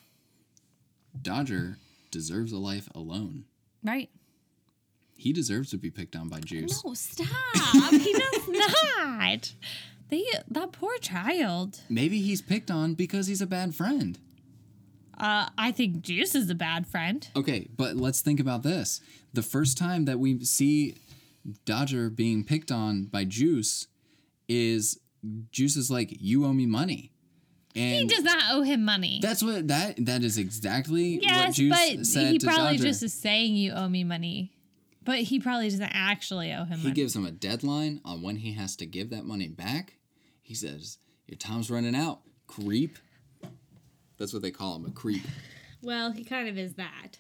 D: Dodger deserves a life alone.
E: Right.
D: He deserves to be picked on by Juice.
E: No, stop. he does not. They that poor child.
D: Maybe he's picked on because he's a bad friend.
E: Uh, I think Juice is a bad friend.
D: Okay, but let's think about this. The first time that we see Dodger being picked on by Juice is Juice is like, "You owe me money,"
E: He
D: and
E: does not owe him money.
D: that's what that that is exactly what
E: yes,
D: Juice
E: but
D: said
E: he
D: to
E: probably
D: Dodger.
E: just is saying you owe me money, but he probably doesn't actually owe him
D: he
E: money.
D: gives him a deadline on when he has to give that money back. He says, "Your time's running out, creep." That's what they call him, a creep.
E: well, he kind of is that.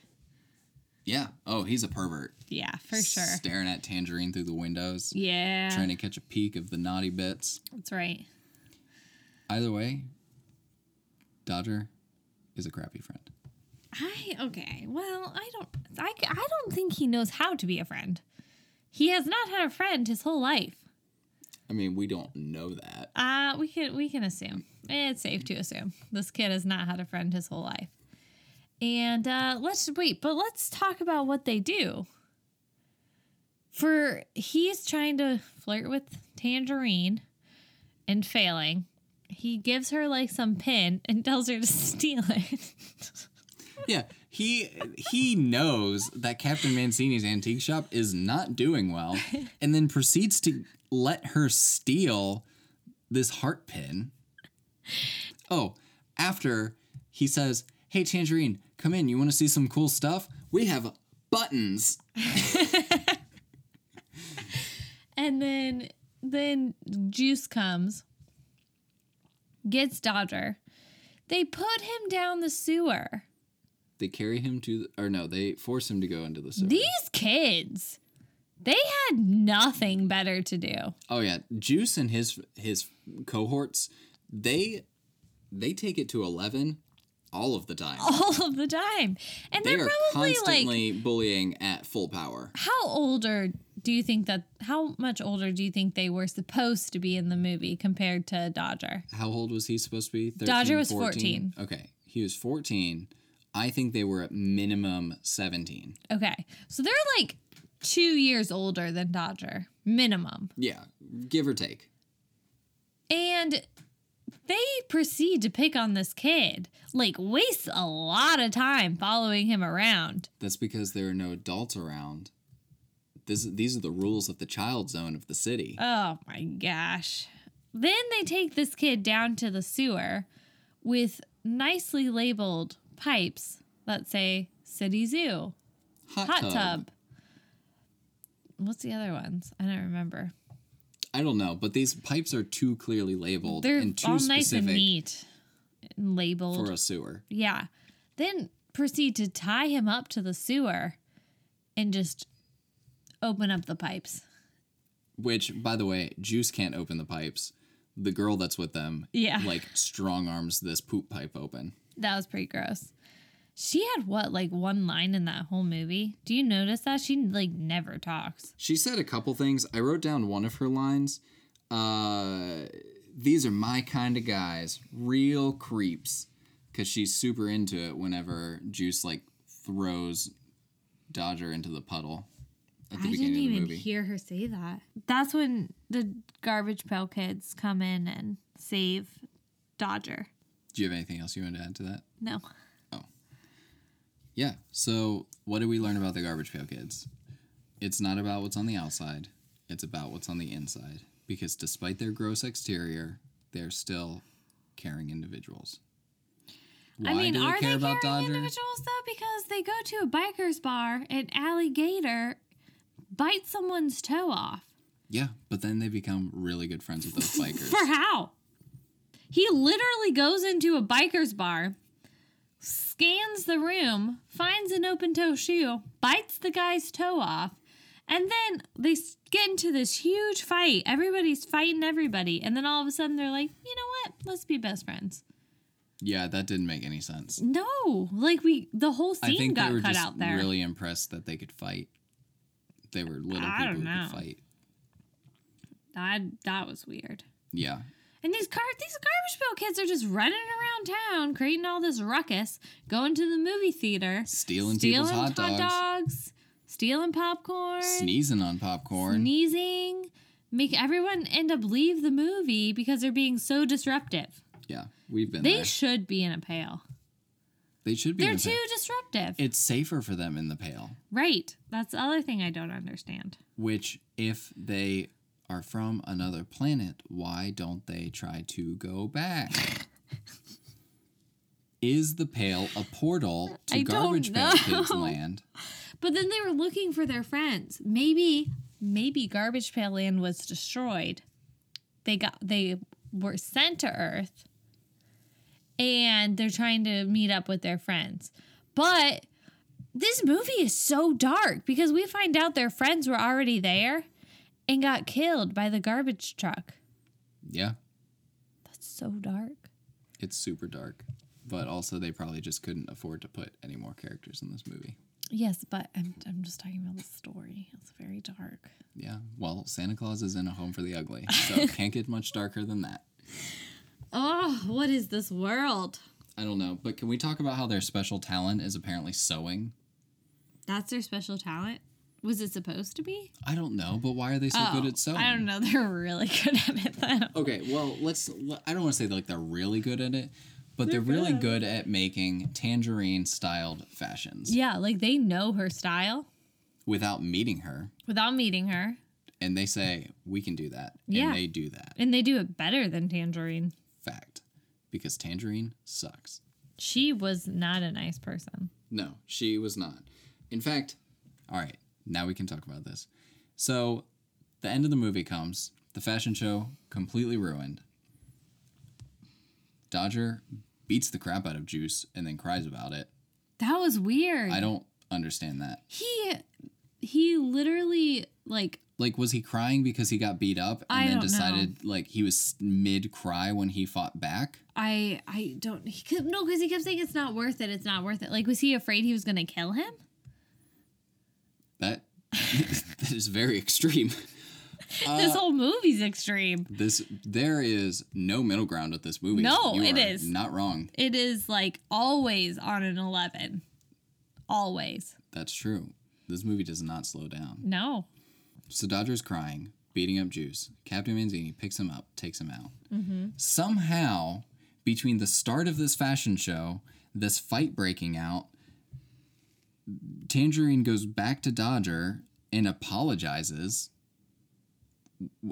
D: Yeah. Oh, he's a pervert.
E: Yeah, for sure.
D: Staring at Tangerine through the windows,
E: yeah,
D: trying to catch a peek of the naughty bits.
E: that's right.
D: Either way, Dodger is a crappy friend.
E: I okay. Well, I don't. I I don't think he knows how to be a friend. He has not had a friend his whole life.
D: I mean, we don't know that.
E: Uh, we can we can assume it's safe to assume this kid has not had a friend his whole life. And uh, let's wait, but let's talk about what they do. For he's trying to flirt with Tangerine and failing. He gives her like some pin and tells her to steal it.
D: Yeah, he he knows that Captain Mancini's antique shop is not doing well, and then proceeds to let her steal this heart pin. Oh, after he says, "Hey Tangerine, come in. You want to see some cool stuff? We have buttons."
E: And then then Juice comes, gets Dodger. They put him down the sewer.
D: They carry him to, the, or no, they force him to go into the sewer.
E: These kids, they had nothing better to do.
D: oh yeah, Juice and his his cohorts, they they take it to eleven all of the time.
E: all of the time. And
D: they
E: are
D: are
E: Oh, probably like
D: constantly bullying at full power.
E: how older do you think that how much older do you think they were supposed to be in the movie compared to Dodger?
D: How old was he supposed to be? 13,
E: Dodger was 14.
D: Okay, he was fourteen. I think they were at minimum seventeen.
E: Okay. So they're like 2 years older than Dodger minimum.
D: Yeah, give or take.
E: And they proceed to pick on this kid. Like waste a lot of time following him around.
D: That's because there are no adults around. This, these are the rules of the child zone of the city.
E: Oh my gosh. Then they take this kid down to the sewer with nicely labeled pipes that say City Zoo,
D: Hot,
E: Hot Tub. What's the other ones? I don't remember.
D: I don't know, but these pipes are too clearly labeled
E: They're
D: and too
E: all nice and
D: specific
E: neat and labeled.
D: for a sewer.
E: yeah. Then proceed to tie him up to the sewer and just open up the pipes.
D: Which, by the way, Juice can't open the pipes. The girl that's with them,
E: Yeah.
D: like strong arms this poop pipe open.
E: That was pretty gross. She had what, like one line in that whole movie? Do you notice that? She like never talks.
D: She said a couple things. I wrote down one of her lines. Uh, These are my kind of guys, real creeps, because she's super into it. Whenever Juice like throws Dodger into the puddle at the
E: I
D: beginning
E: didn't
D: of the
E: even
D: movie.
E: hear her say that. That's when the garbage pail kids come in and save Dodger.
D: Do you have anything else you want to add to that?
E: No.
D: Yeah. So, what did we learn about the Garbage Pail Kids? It's not about what's on the outside, it's about what's on the inside. Because despite their gross exterior, they're still caring individuals. Why
E: I mean,
D: do they
E: are
D: care
E: they
D: about
E: caring
D: Dodger?
E: individuals though? Because they go to a biker's bar and alligator bites someone's toe off.
D: Yeah, but then they become really good friends with those bikers.
E: For how? He literally goes into a biker's bar, scans the room, finds an open toe shoe, bites the guy's toe off, and then they s- get into this huge fight. Everybody's fighting everybody, and then all of a sudden they're like, you know what? Let's be best friends.
D: yeah, that didn't make any sense.
E: No, like we the whole
D: I
E: scene
D: think they
E: got
D: were
E: cut
D: just
E: out there.
D: really impressed that they could fight. They were little
E: I
D: people who
E: don't know.
D: could fight.
E: that that was weird.
D: Yeah.
E: And these car these garbage pail kids are just running around town, creating all this ruckus, going to the movie theater,
D: Stealing
E: stealing
D: people's hot
E: dogs, stealing popcorn,
D: Sneezing on popcorn.
E: sneezing, make everyone end up leave the movie because they're being so disruptive.
D: yeah, we've been
E: They
D: there.
E: should be in a pail.
D: they should be.
E: They're
D: in
E: too
D: the-
E: disruptive.
D: It's safer for them in the pail.
E: right. That's the other thing I don't understand.
D: Which, if they are from another planet, why don't they try to go back? Is the pail a portal to
E: I don't
D: garbage pail kids
E: know.
D: land?
E: But then they were looking for their friends. Maybe, maybe Garbage Pail Land was destroyed. They got they were sent to Earth, and they're trying to meet up with their friends. But this movie is so dark because we find out their friends were already there and got killed by the garbage truck.
D: Yeah,
E: That's so dark.
D: it's super dark. But also, they probably just couldn't afford to put any more characters in this movie.
E: Yes, but I'm, I'm just talking about the story. It's very dark.
D: Yeah, well, Santa Claus is in a home for the ugly, so can't get much darker than that.
E: Oh, what is this world?
D: I don't know, but can we talk about how their special talent is apparently sewing?
E: That's their special talent? Was it supposed to be?
D: I don't know, but why are they so good at Oh, sewing?
E: Oh, I don't know. They're really good at it though.
D: Okay, well, let's. l- I don't want to say like they're really good at it, but they're, really good at making tangerine styled fashions
E: Yeah, like they know her style
D: without meeting her.
E: without meeting her.
D: And they say, we can do that.
E: Yeah.
D: And they do that.
E: And they do it better than Tangerine.
D: Fact. Because tangerine sucks.
E: She was not a nice person.
D: No, she was not. In fact, all right, now we can talk about this. So, the end of the movie comes, the fashion show completely ruined. Dodger beats the crap out of Juice and then cries about it.
E: That was weird.
D: I don't understand that.
E: He he literally like
D: Like, was he crying because he got beat up and
E: I
D: then
E: don't know.
D: decided like he was mid cry when he fought back?
E: I I don't he kept, no because he kept saying it's not worth it. It's not worth it. Like was he afraid he was gonna kill him?
D: That that is very extreme. Uh,
E: this whole movie's extreme.
D: This there is no middle ground with this movie.
E: No,
D: You
E: it
D: are
E: is.
D: not wrong.
E: It is like always on an eleven. Always.
D: That's true. This movie does not slow down.
E: No.
D: So Dodger's crying, beating up Juice. Captain Manzini picks him up, takes him out. Somehow, between the start of this fashion show, this fight breaking out, Tangerine goes back to Dodger and apologizes.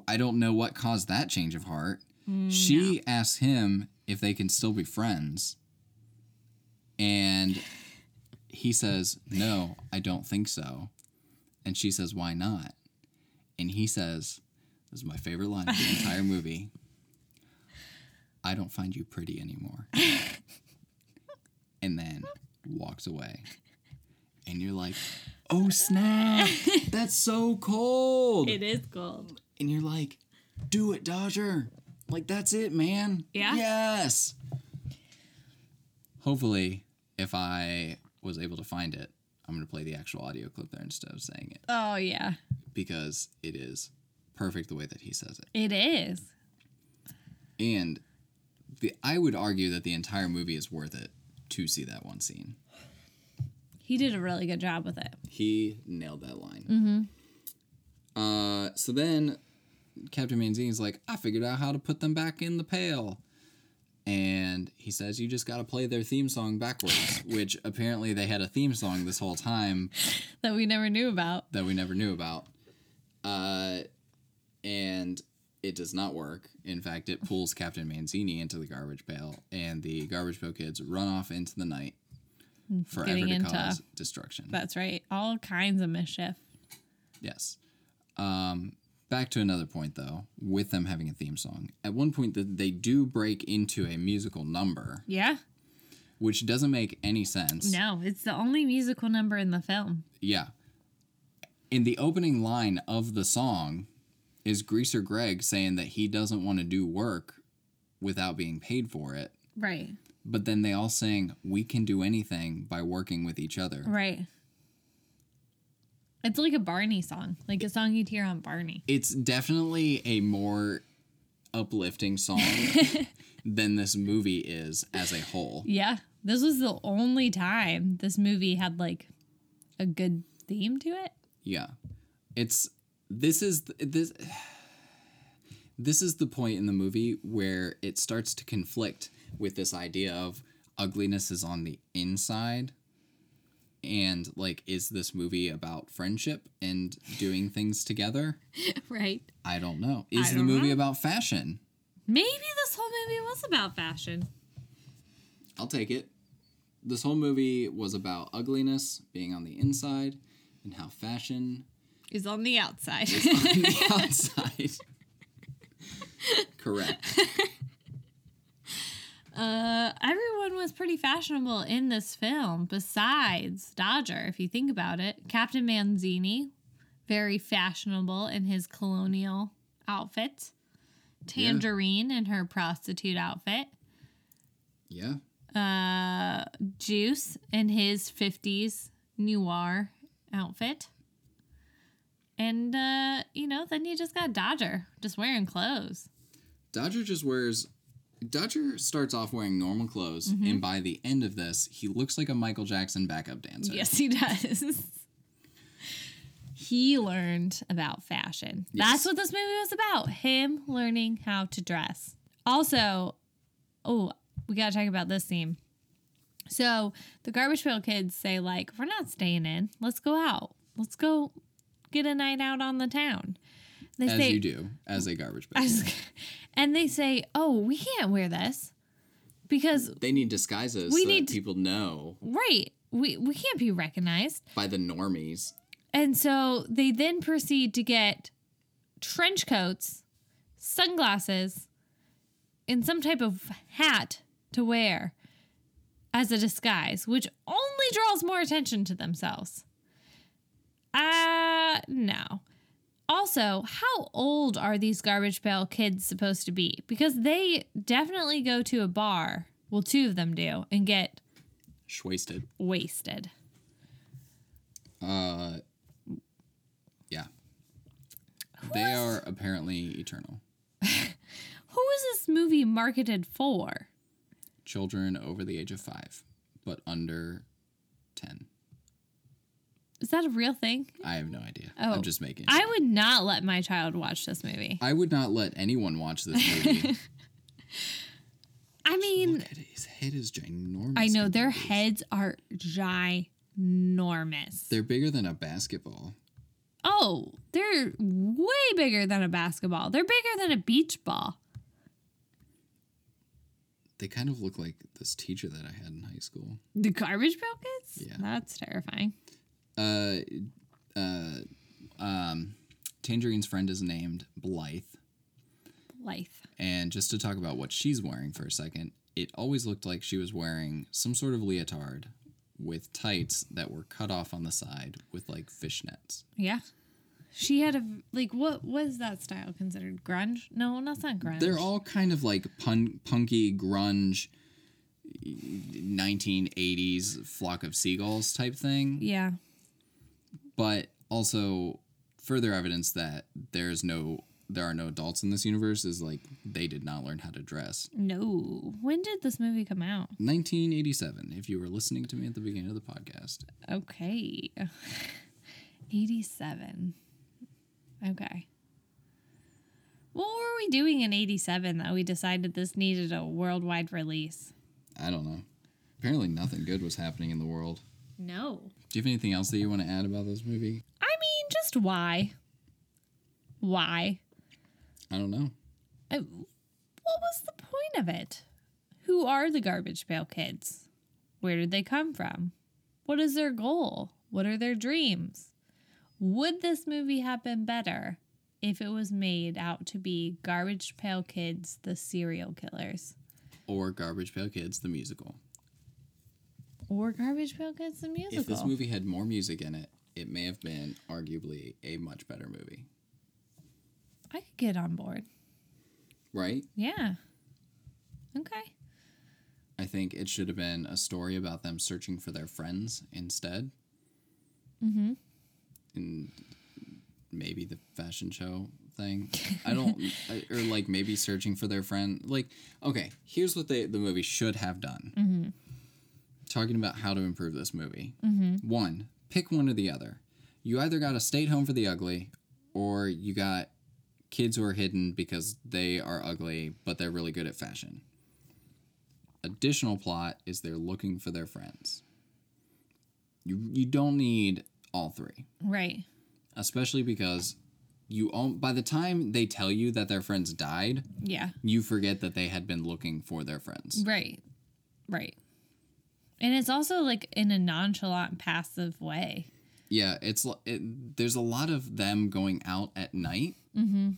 D: I don't know what caused that change of heart. she asks him if they can still be friends. And he says, No, I don't think so. And she says, Why not? And he says, This is my favorite line of the entire movie I don't find you pretty anymore. and then walks away. And you're like, Oh snap, that's so cold.
E: It is gold.
D: And you're like, Do it, Dodger. Like, that's it, man.
E: Yeah?
D: Yes. Hopefully, if I was able to find it, I'm going to play the actual audio clip there instead of saying it
E: Oh yeah.
D: because it is perfect the way that he says it.
E: It is.
D: And the, I would argue that the entire movie is worth it to see that one scene.
E: He did a really good job with it.
D: He nailed that line. Mm-hmm.
E: Mm-hmm.
D: Uh, so then Captain Manzini's like, I figured out how to put them back in the pail. And he says, You just got to play their theme song backwards, which apparently they had a theme song this whole time
E: That we never knew about.
D: that we never knew about. Uh, and it does not work. In fact, it pulls Captain Manzini into the garbage pail, and the garbage pail kids run off into the night forever
E: Mm, Getting
D: to
E: into-
D: cause destruction.
E: That's right. All kinds of mischief.
D: Yes. Um, back to another point, though, with them having a theme song. At one point, th- they do break into a musical number,
E: Yeah.
D: which doesn't make any sense.
E: No, it's the only musical number in the film.
D: Yeah. In the opening line of the song is Greaser Greg saying that he doesn't want to do work without being paid for it.
E: Right.
D: But then they all sing, We can do anything by working with each other.
E: Right. It's like a Barney song, like a song you'd hear on Barney.
D: it's definitely a more uplifting song than this movie is as a whole.
E: Yeah. This was the only time this movie had like a good theme to it.
D: Yeah. It's this is th- this this is the point in the movie where it starts to conflict with this idea of ugliness is on the inside and like is this movie about friendship and doing things together?
E: Right.
D: I don't know. Is the
E: don't
D: movie
E: know.
D: about fashion?
E: Maybe this whole movie was about fashion.
D: I'll take it. This whole movie was about ugliness being on the inside and how fashion
E: Is on the outside.
D: on the outside. Correct.
E: uh, everyone was pretty fashionable in this film, besides Dodger, if you think about it. Captain Manzini, very fashionable in his colonial outfit. Tangerine in her prostitute outfit.
D: Yeah.
E: uh, Juice in his 50s noir outfit. And, uh, you know, then you just got Dodger just wearing clothes.
D: Dodger just wears. Dodger starts off wearing normal clothes,
E: Mm-hmm.
D: and by the end of this, he looks like a Michael Jackson backup dancer.
E: Yes, he does. he learned about fashion. That's
D: Yes.
E: what this movie was about him learning how to dress. Also, oh, we got to talk about this scene. So the Garbage Pail kids say, like, we're not staying in. Let's go out. Let's go get a night out on the town. They
D: As
E: say,
D: you do, as a garbage bag.
E: And they say, oh, we can't wear this because,
D: they need disguises
E: We
D: so
E: need
D: that
E: to-
D: people know
E: right, we, we can't be recognized.
D: by the normies.
E: And so they then proceed to get trench coats, sunglasses, and some type of hat to wear as a disguise, which only only draws more attention to themselves. Uh, no. Also, how old are these garbage pail kids supposed to be? Because they definitely go to a bar, well, two of them do, and get
D: Sh- wasted.
E: wasted.
D: Uh, yeah. They are apparently eternal.
E: Who is this movie marketed for?
D: Children over the age of five, but under 10.
E: Is that a real thing?
D: I have no idea.
E: Oh.
D: I'm just making
E: I would not let my child watch this movie.
D: I would not let anyone watch this movie.
E: I mean,
D: Look at it. His head is ginormous.
E: I know their
D: compared to his-
E: heads are ginormous.
D: They're bigger than a basketball.
E: Oh, they're way bigger than a basketball. They're bigger than a beach ball.
D: They kind of look like this teacher that I had in high school.
E: The garbage pail kids?
D: Yeah.
E: That's terrifying.
D: Uh, uh, um, Tangerine's friend is named Blythe.
E: Life.
D: And just to talk about what she's wearing for a second, it always looked like she was wearing some sort of leotard with tights that were cut off on the side with like fishnets.
E: Yeah. She had a like what was that style considered? Grunge? No, that's not grunge.
D: They're all kind of like pun- punky grunge 1980s flock of seagulls type thing,
E: Yeah.
D: but also further evidence that there's no there are no adults in this universe is like they did not learn how to dress.
E: No. When did this movie come out?
D: 1987 if you were listening to me at the beginning of the podcast.
E: Okay. 87. Okay. What were we doing in 87 that we decided this needed a worldwide release?
D: I don't know. Apparently, nothing good was happening in the world.
E: No.
D: Do you have anything else that you want to add about this movie?
E: I mean, just why? Why?
D: I don't know.
E: I- Uh, what was the point of it? Who are the garbage pail kids? Where did they come from? What is their goal? What are their dreams? Would this movie have been better if it was made out to be Garbage Pail Kids, the serial killers?
D: Or Garbage Pail Kids, the musical.
E: Or Garbage Pail Kids, the musical?
D: If this movie had more music in it, it may have been arguably a much better movie,
E: I could get on board.
D: right?
E: Yeah. Okay.
D: I think it should have been a story about them searching for their friends instead. Mm-hmm. And maybe the fashion show thing. I don't, I- or like maybe searching for their friend. Like, okay, here's what they, the movie should have done. Mm-hmm. Talking about how to improve this movie. Mm-hmm. One, pick one or the other. You either got a stay at home for the ugly, or you got kids who are hidden because they are ugly, but they're really good at fashion additional plot is they're looking for their friends. You you don't need all three,
E: Right.
D: especially because you all, by the time they tell you that their friends died,
E: Yeah.
D: you forget that they had been looking for their friends.
E: Right. Right. And it's also like in a nonchalant, passive way.
D: Yeah, it's l- it, there's a lot of them going out at night. Mm-hmm.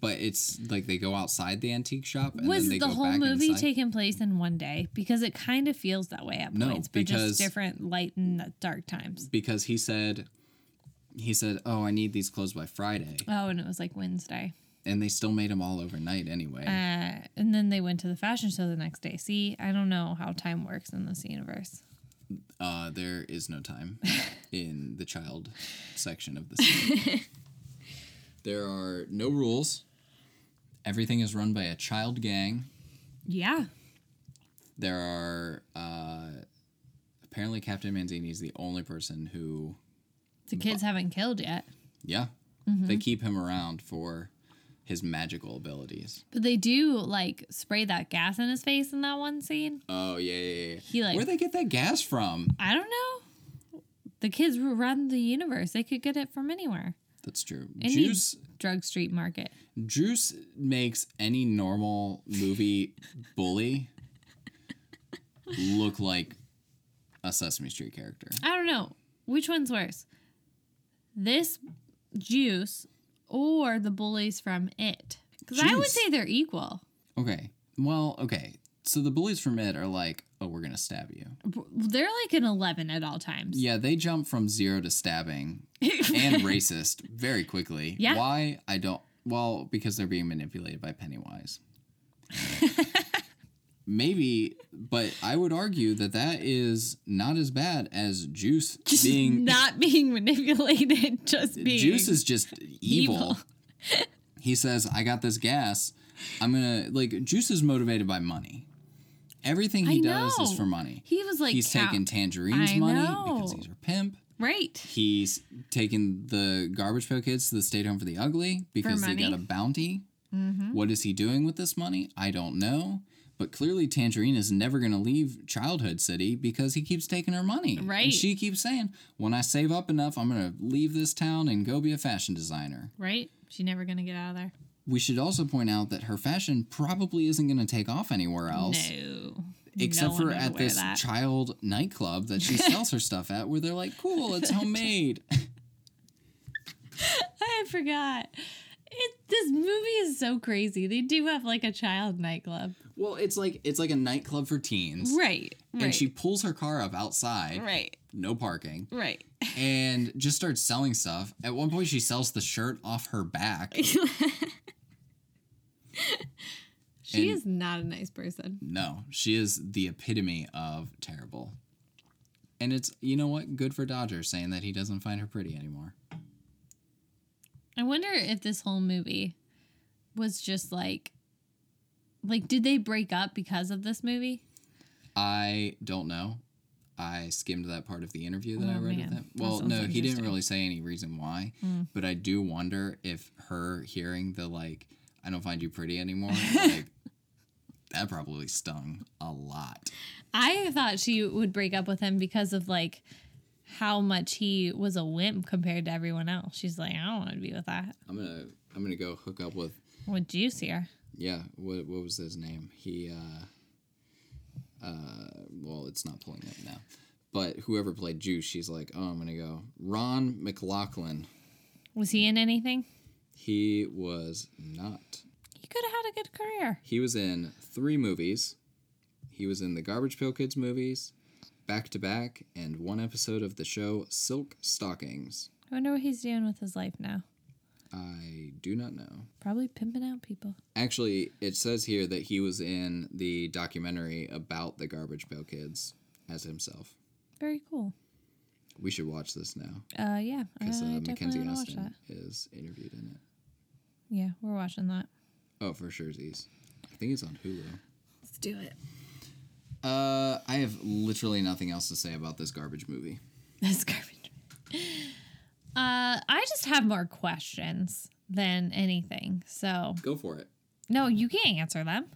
D: But it's like they go outside the antique shop and
E: Was
D: then they
E: the
D: go
E: whole
D: back
E: movie
D: inside.
E: taking place in one day? Because it kind of feels that way at
D: No,
E: points, but
D: because-
E: just different light and dark times.
D: because he said he said, "Oh, I need these clothes by Friday."
E: Oh, and it was like Wednesday.
D: And they still made them all overnight anyway.
E: Uh, and then they went to the fashion show the next day. See, I don't know how time works in this universe.
D: Uh, there is no time in the child section of this. there are no rules. Everything is run by a child gang.
E: Yeah.
D: There are uh, apparently Captain Manzini is the only person who,
E: The kids haven't killed yet,
D: yeah,
E: Mm-hmm.
D: they keep him around for his magical abilities.
E: but they do like spray that gas in his face in that one scene.
D: Oh yeah, yeah, yeah.
E: He, like-
D: Where'd they get that gas from?
E: I don't know. The kids run the universe. They could get it from anywhere.
D: That's true.
E: Any
D: Juice
E: drug street market.
D: Juice makes any normal movie bully look like a Sesame Street character.
E: I don't know which one's worse. This juice or the bullies from it? Because I would
D: Juice.
E: say they're equal.
D: Okay. Well, okay. so the bullies from it are like, oh, we're gonna stab you.
E: They're like an 11 at all times.
D: Yeah, they jump from zero to stabbing and racist very quickly.
E: Yeah.
D: Why I don't? Well, because they're being manipulated by Pennywise. Maybe, but I would argue that that is not as bad as Juice
E: Just
D: being.
E: not being manipulated, just being.
D: Juice is just
E: evil.
D: evil. he says, "I got this gas. I'm gonna like." Juice is motivated by money. Everything he
E: I
D: does
E: know.
D: is for money.
E: He was like,
D: he's
E: cow-
D: taking Tangerine's
E: I
D: money
E: know.
D: because he's her pimp.
E: Right.
D: He's taking the garbage pail kids to the state home for the ugly because they
E: money. Mm-hmm.
D: got a bounty. What is he doing with this money? I don't know. But clearly, Tangerine is never going to leave Childhood City because he keeps taking her money.
E: Right.
D: And she keeps saying, when I save up enough, I'm going to leave this town and go be a fashion designer.
E: Right. She's never going to get out of there.
D: We should also point out that her fashion probably isn't going to take off anywhere else.
E: No.
D: Except
E: No one
D: for
E: would
D: at
E: wear
D: this
E: that.
D: child nightclub that she sells her stuff at, where they're like, cool, it's homemade.
E: I forgot. It, this movie is so crazy. They do have like a child nightclub.
D: Well, it's like it's like a nightclub for teens.
E: Right. Right.
D: And she pulls her car up outside,
E: right.
D: no parking,
E: Right.
D: and just starts selling stuff. At one point, she sells the shirt off her back.
E: She
D: And-
E: is not a nice person.
D: No, she is the epitome of terrible. And it's, you know what? Good for Dodger saying that he doesn't find her pretty anymore.
E: I wonder if this whole movie was just like like did they break up because of this movie?
D: I don't know. I skimmed that part of the interview that I
E: Oh,
D: read
E: man.
D: with him.
E: That
D: Well,
E: sounds
D: no, he didn't
E: interesting. Mm.
D: really say any reason why, but I do wonder if her hearing the like, I don't find you pretty anymore, like that probably stung a lot.
E: I thought she would break up with him because of like how much he was a wimp compared to everyone else. She's like, I don't want to be with that.
D: I'm gonna I'm gonna go hook up with
E: With juicier.
D: yeah, what what was his name? He uh uh well it's not pulling up now. But whoever played Juice, she's like, Oh, I'm gonna go. Ron McLaughlin.
E: Was he in anything?
D: He was not
E: He could have had a good career.
D: He was in three movies. He was in the Garbage Pail Kids movies, back to back, and one episode of the show Silk Stockings.
E: I wonder what he's doing with his life now.
D: I do not know.
E: Probably pimping out people.
D: Actually, it says here that he was in the documentary about the Garbage Pail Kids as himself.
E: Very cool.
D: We should watch this now
E: Uh yeah. I,
D: because uh,
E: definitely
D: Mackenzie
E: wanna watch that.
D: Austin is interviewed in it.
E: Yeah, we're watching that.
D: Oh, for sure, Z's. I think it's on Hulu.
E: Let's do it.
D: Uh, I have literally nothing else to say about this garbage movie.
E: That's garbage. Uh, I just have more questions than anything. So,
D: Go for it.
E: no, you can't answer them.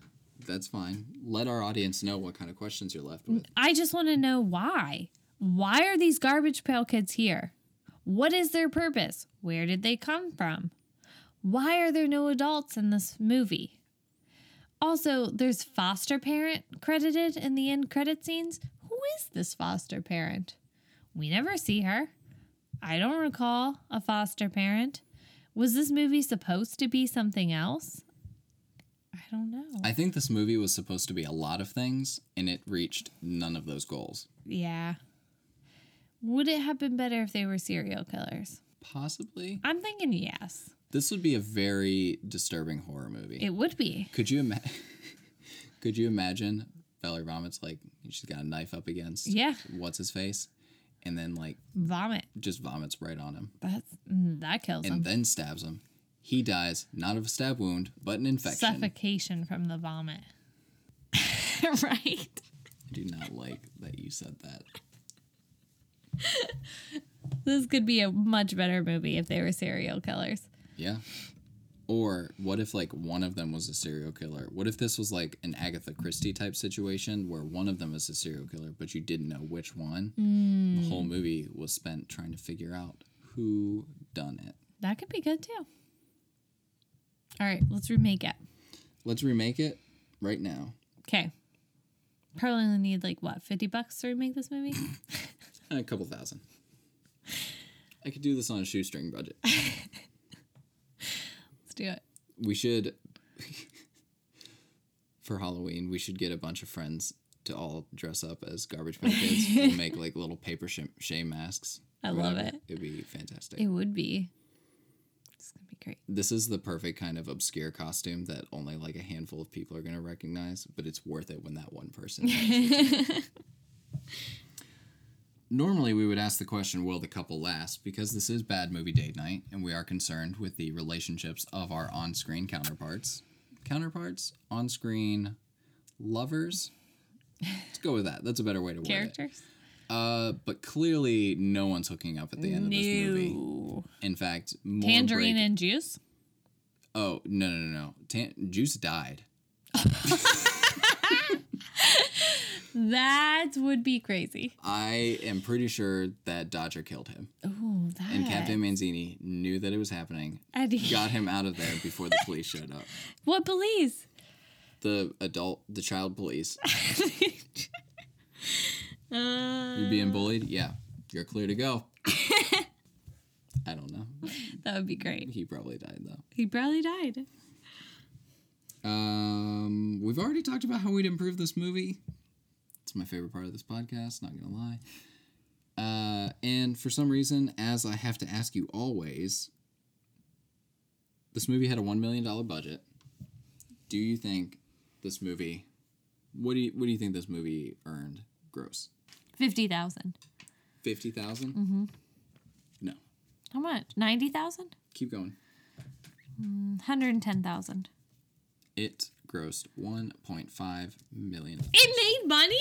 D: That's fine. Let our audience know what kind of questions you're left with.
E: I just want to know why. Why are these garbage pail kids here? What is their purpose? Where did they come from? Why are there no adults in this movie? Also, there's foster parent credited in the end credit scenes. Who is this foster parent? We never see her. I don't recall a foster parent. Was this movie supposed to be something else? I don't know.
D: I think this movie was supposed to be a lot of things, and it reached none of those goals.
E: Yeah. Would it have been better if they were serial killers?
D: Possibly.
E: I'm thinking yes.
D: This would be a very disturbing horror movie.
E: It would be.
D: could you imagine? could you imagine Valerie Vomit's like she's got a knife up against
E: Yeah.
D: what's his face, and then like
E: Vomit.
D: just vomits right on him,
E: That's mm, that kills
D: and
E: them.
D: then stabs him. He dies not of a stab wound, but an infection.
E: Suffocation from the vomit. right.
D: I do not like that you said that.
E: This could be a much better movie if they were serial killers.
D: Yeah. Or what if like one of them was a serial killer? What if this was like an Agatha Christie type situation where one of them is a serial killer, but you didn't know which one? The whole movie was spent trying to figure out who done it.
E: That could be good too. All right, let's remake it.
D: Let's remake it right now.
E: Okay. Probably only need like what, 50 bucks to remake this movie?
D: A couple thousand. I could do this on a shoestring budget.
E: let's do it.
D: We should for Halloween, we should get a bunch of friends to all dress up as garbage pail kids. we'll make like little paper sh- shame masks.
E: I love it.
D: It'd be fantastic.
E: It would be. It's gonna be great.
D: this is the perfect kind of obscure costume that only like a handful of people are going to recognize, but it's worth it when that one person. manages it. Normally, we would ask the question, will the couple last? Because this is bad movie date night, and we are concerned with the relationships of our on screen counterparts. Counterparts? On screen lovers? Let's go with that. That's a better way to word it.
E: Characters?
D: Uh, but clearly, no one's hooking up at the end of this movie.
E: No.
D: In fact, more
E: Tangerine
D: break-
E: and juice?
D: Oh no no no no! Tan- Juice died.
E: That would be crazy.
D: I am pretty sure that Dodger killed him,
E: Oh, that.
D: and Captain Manzini knew that it was happening.
E: Eddie.
D: Got him out of there before the police showed up.
E: What police?
D: The adult, the child police.
E: Uh,
D: You're being bullied. Yeah, you're clear to go. I don't know.
E: that would be great.
D: He probably died though.
E: He probably died.
D: Um, we've already talked about how we'd improve this movie. It's my favorite part of this podcast. Not gonna lie. Uh, and for some reason, as I have to ask you always, this movie had a one million dollar budget. Do you think this movie? What do you What do you think this movie earned gross?
E: 50,000.
D: Fifty Mm-hmm. No.
E: How much? 90,000?
D: Keep going.
E: 110,000.
D: It grossed one point five million.
E: It made money?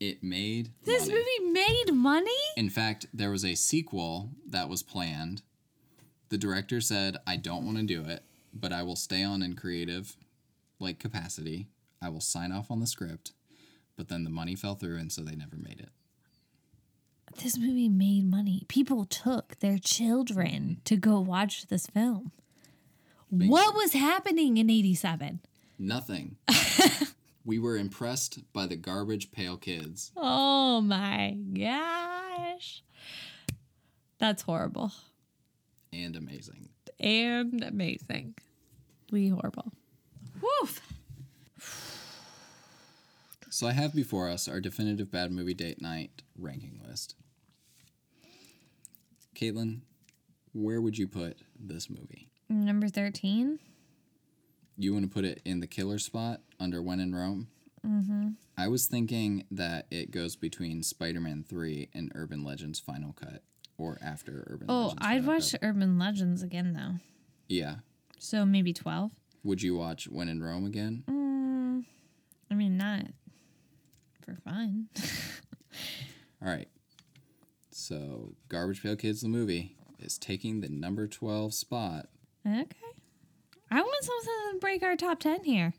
D: It made
E: This
D: money.
E: movie made money?
D: In fact, there was a sequel that was planned. The director said, I don't want to do it, but I will stay on in creative like capacity. I will sign off on the script. But then the money fell through and so they never made it.
E: This movie made money. People took their children to go watch this film. What was happening in 87?
D: Nothing. we were impressed by the garbage pale kids.
E: Oh my gosh. That's horrible
D: And amazing.
E: and amazing. We horrible. Woof.
D: So I have before us our definitive bad movie date night ranking list. Caitlin, where would you put this movie?
E: Number 13.
D: you want to put it in the killer spot under when in rome i was thinking that it goes between spider-man 3 and urban legends final cut or after urban
E: Oh,
D: legends
E: I'd
D: Final
E: watch
D: Cut.
E: Urban Legends again though.
D: yeah
E: So maybe 12.
D: would you watch when in rome again
E: I mean, not for fun.
D: all right so garbage pail kids the movie is taking the number 12 spot
E: okay. I want something to break our top 10 here.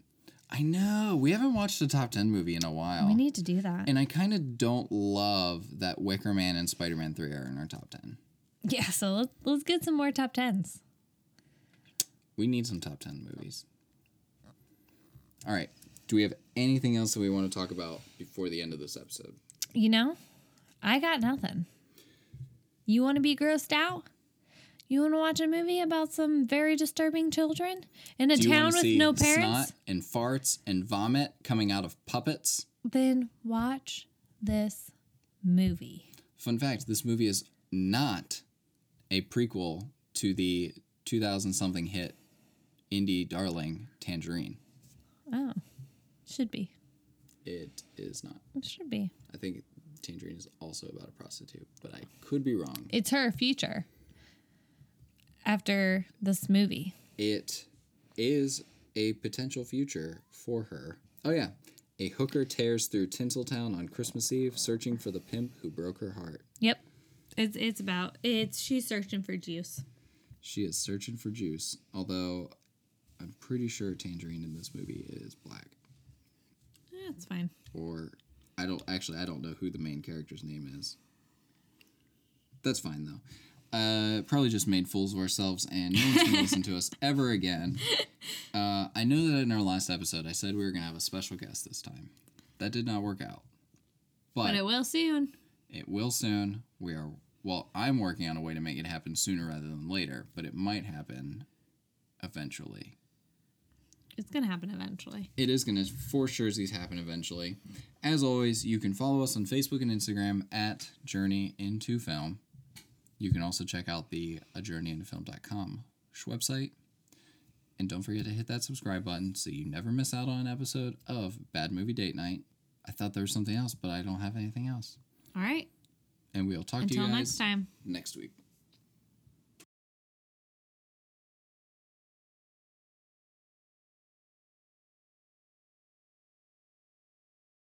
D: i know we haven't watched a top 10 movie in a while
E: We need to do that.
D: Oh. and i kind of don't love that wicker man and spider-man 3 are in our top 10
E: yeah, so let's, let's get some more top 10s.
D: We need some top 10 movies. All right. Do we have anything else that we want to talk about before the end of this episode?
E: You know, I got nothing. You want to be grossed out? You want to watch a movie about some very disturbing children in a
D: Do you
E: town
D: wanna
E: with
D: see
E: no parents?
D: snot and farts and vomit coming out of puppets?
E: Then watch this movie.
D: Fun fact this movie is not a prequel to the 2000 something hit indie darling Tangerine.
E: Oh, should be.
D: It is not.
E: It should be.
D: I think Tangerine is also about a prostitute, but I could be wrong.
E: It's her future after this movie.
D: it is a potential future for her. Oh yeah. A hooker tears through Tinseltown on Christmas Eve searching for the pimp who broke her heart.
E: Yep. It's it's about it's she's searching for juice.
D: She is searching for juice, although I'm pretty sure Tangerine in this movie is black.
E: That's fine.
D: Or I don't actually I don't know who the main character's name is. That's fine though. Uh, probably just made fools of ourselves and no one's going to listen to us ever again. Uh, I know that in our last episode I said we were going to have a special guest this time. That did not work out. But,
E: But it
D: it,
E: will soon.
D: will soon. We are, well, I'm working on a way to make it happen sooner rather than later, but it might happen eventually.
E: It's gonna happen eventually.
D: It is going to for sure these happen eventually. As always, you can follow us on Facebook and Instagram at Journey Into Film. You can also check out the A Journey Into Film.com website. And don't forget to hit that subscribe button so you never miss out on an episode of Bad Movie Date Night. I thought there was something else, but I don't have anything else.
E: All right.
D: And we'll talk to
E: Until
D: you guys
E: next time.
D: next week.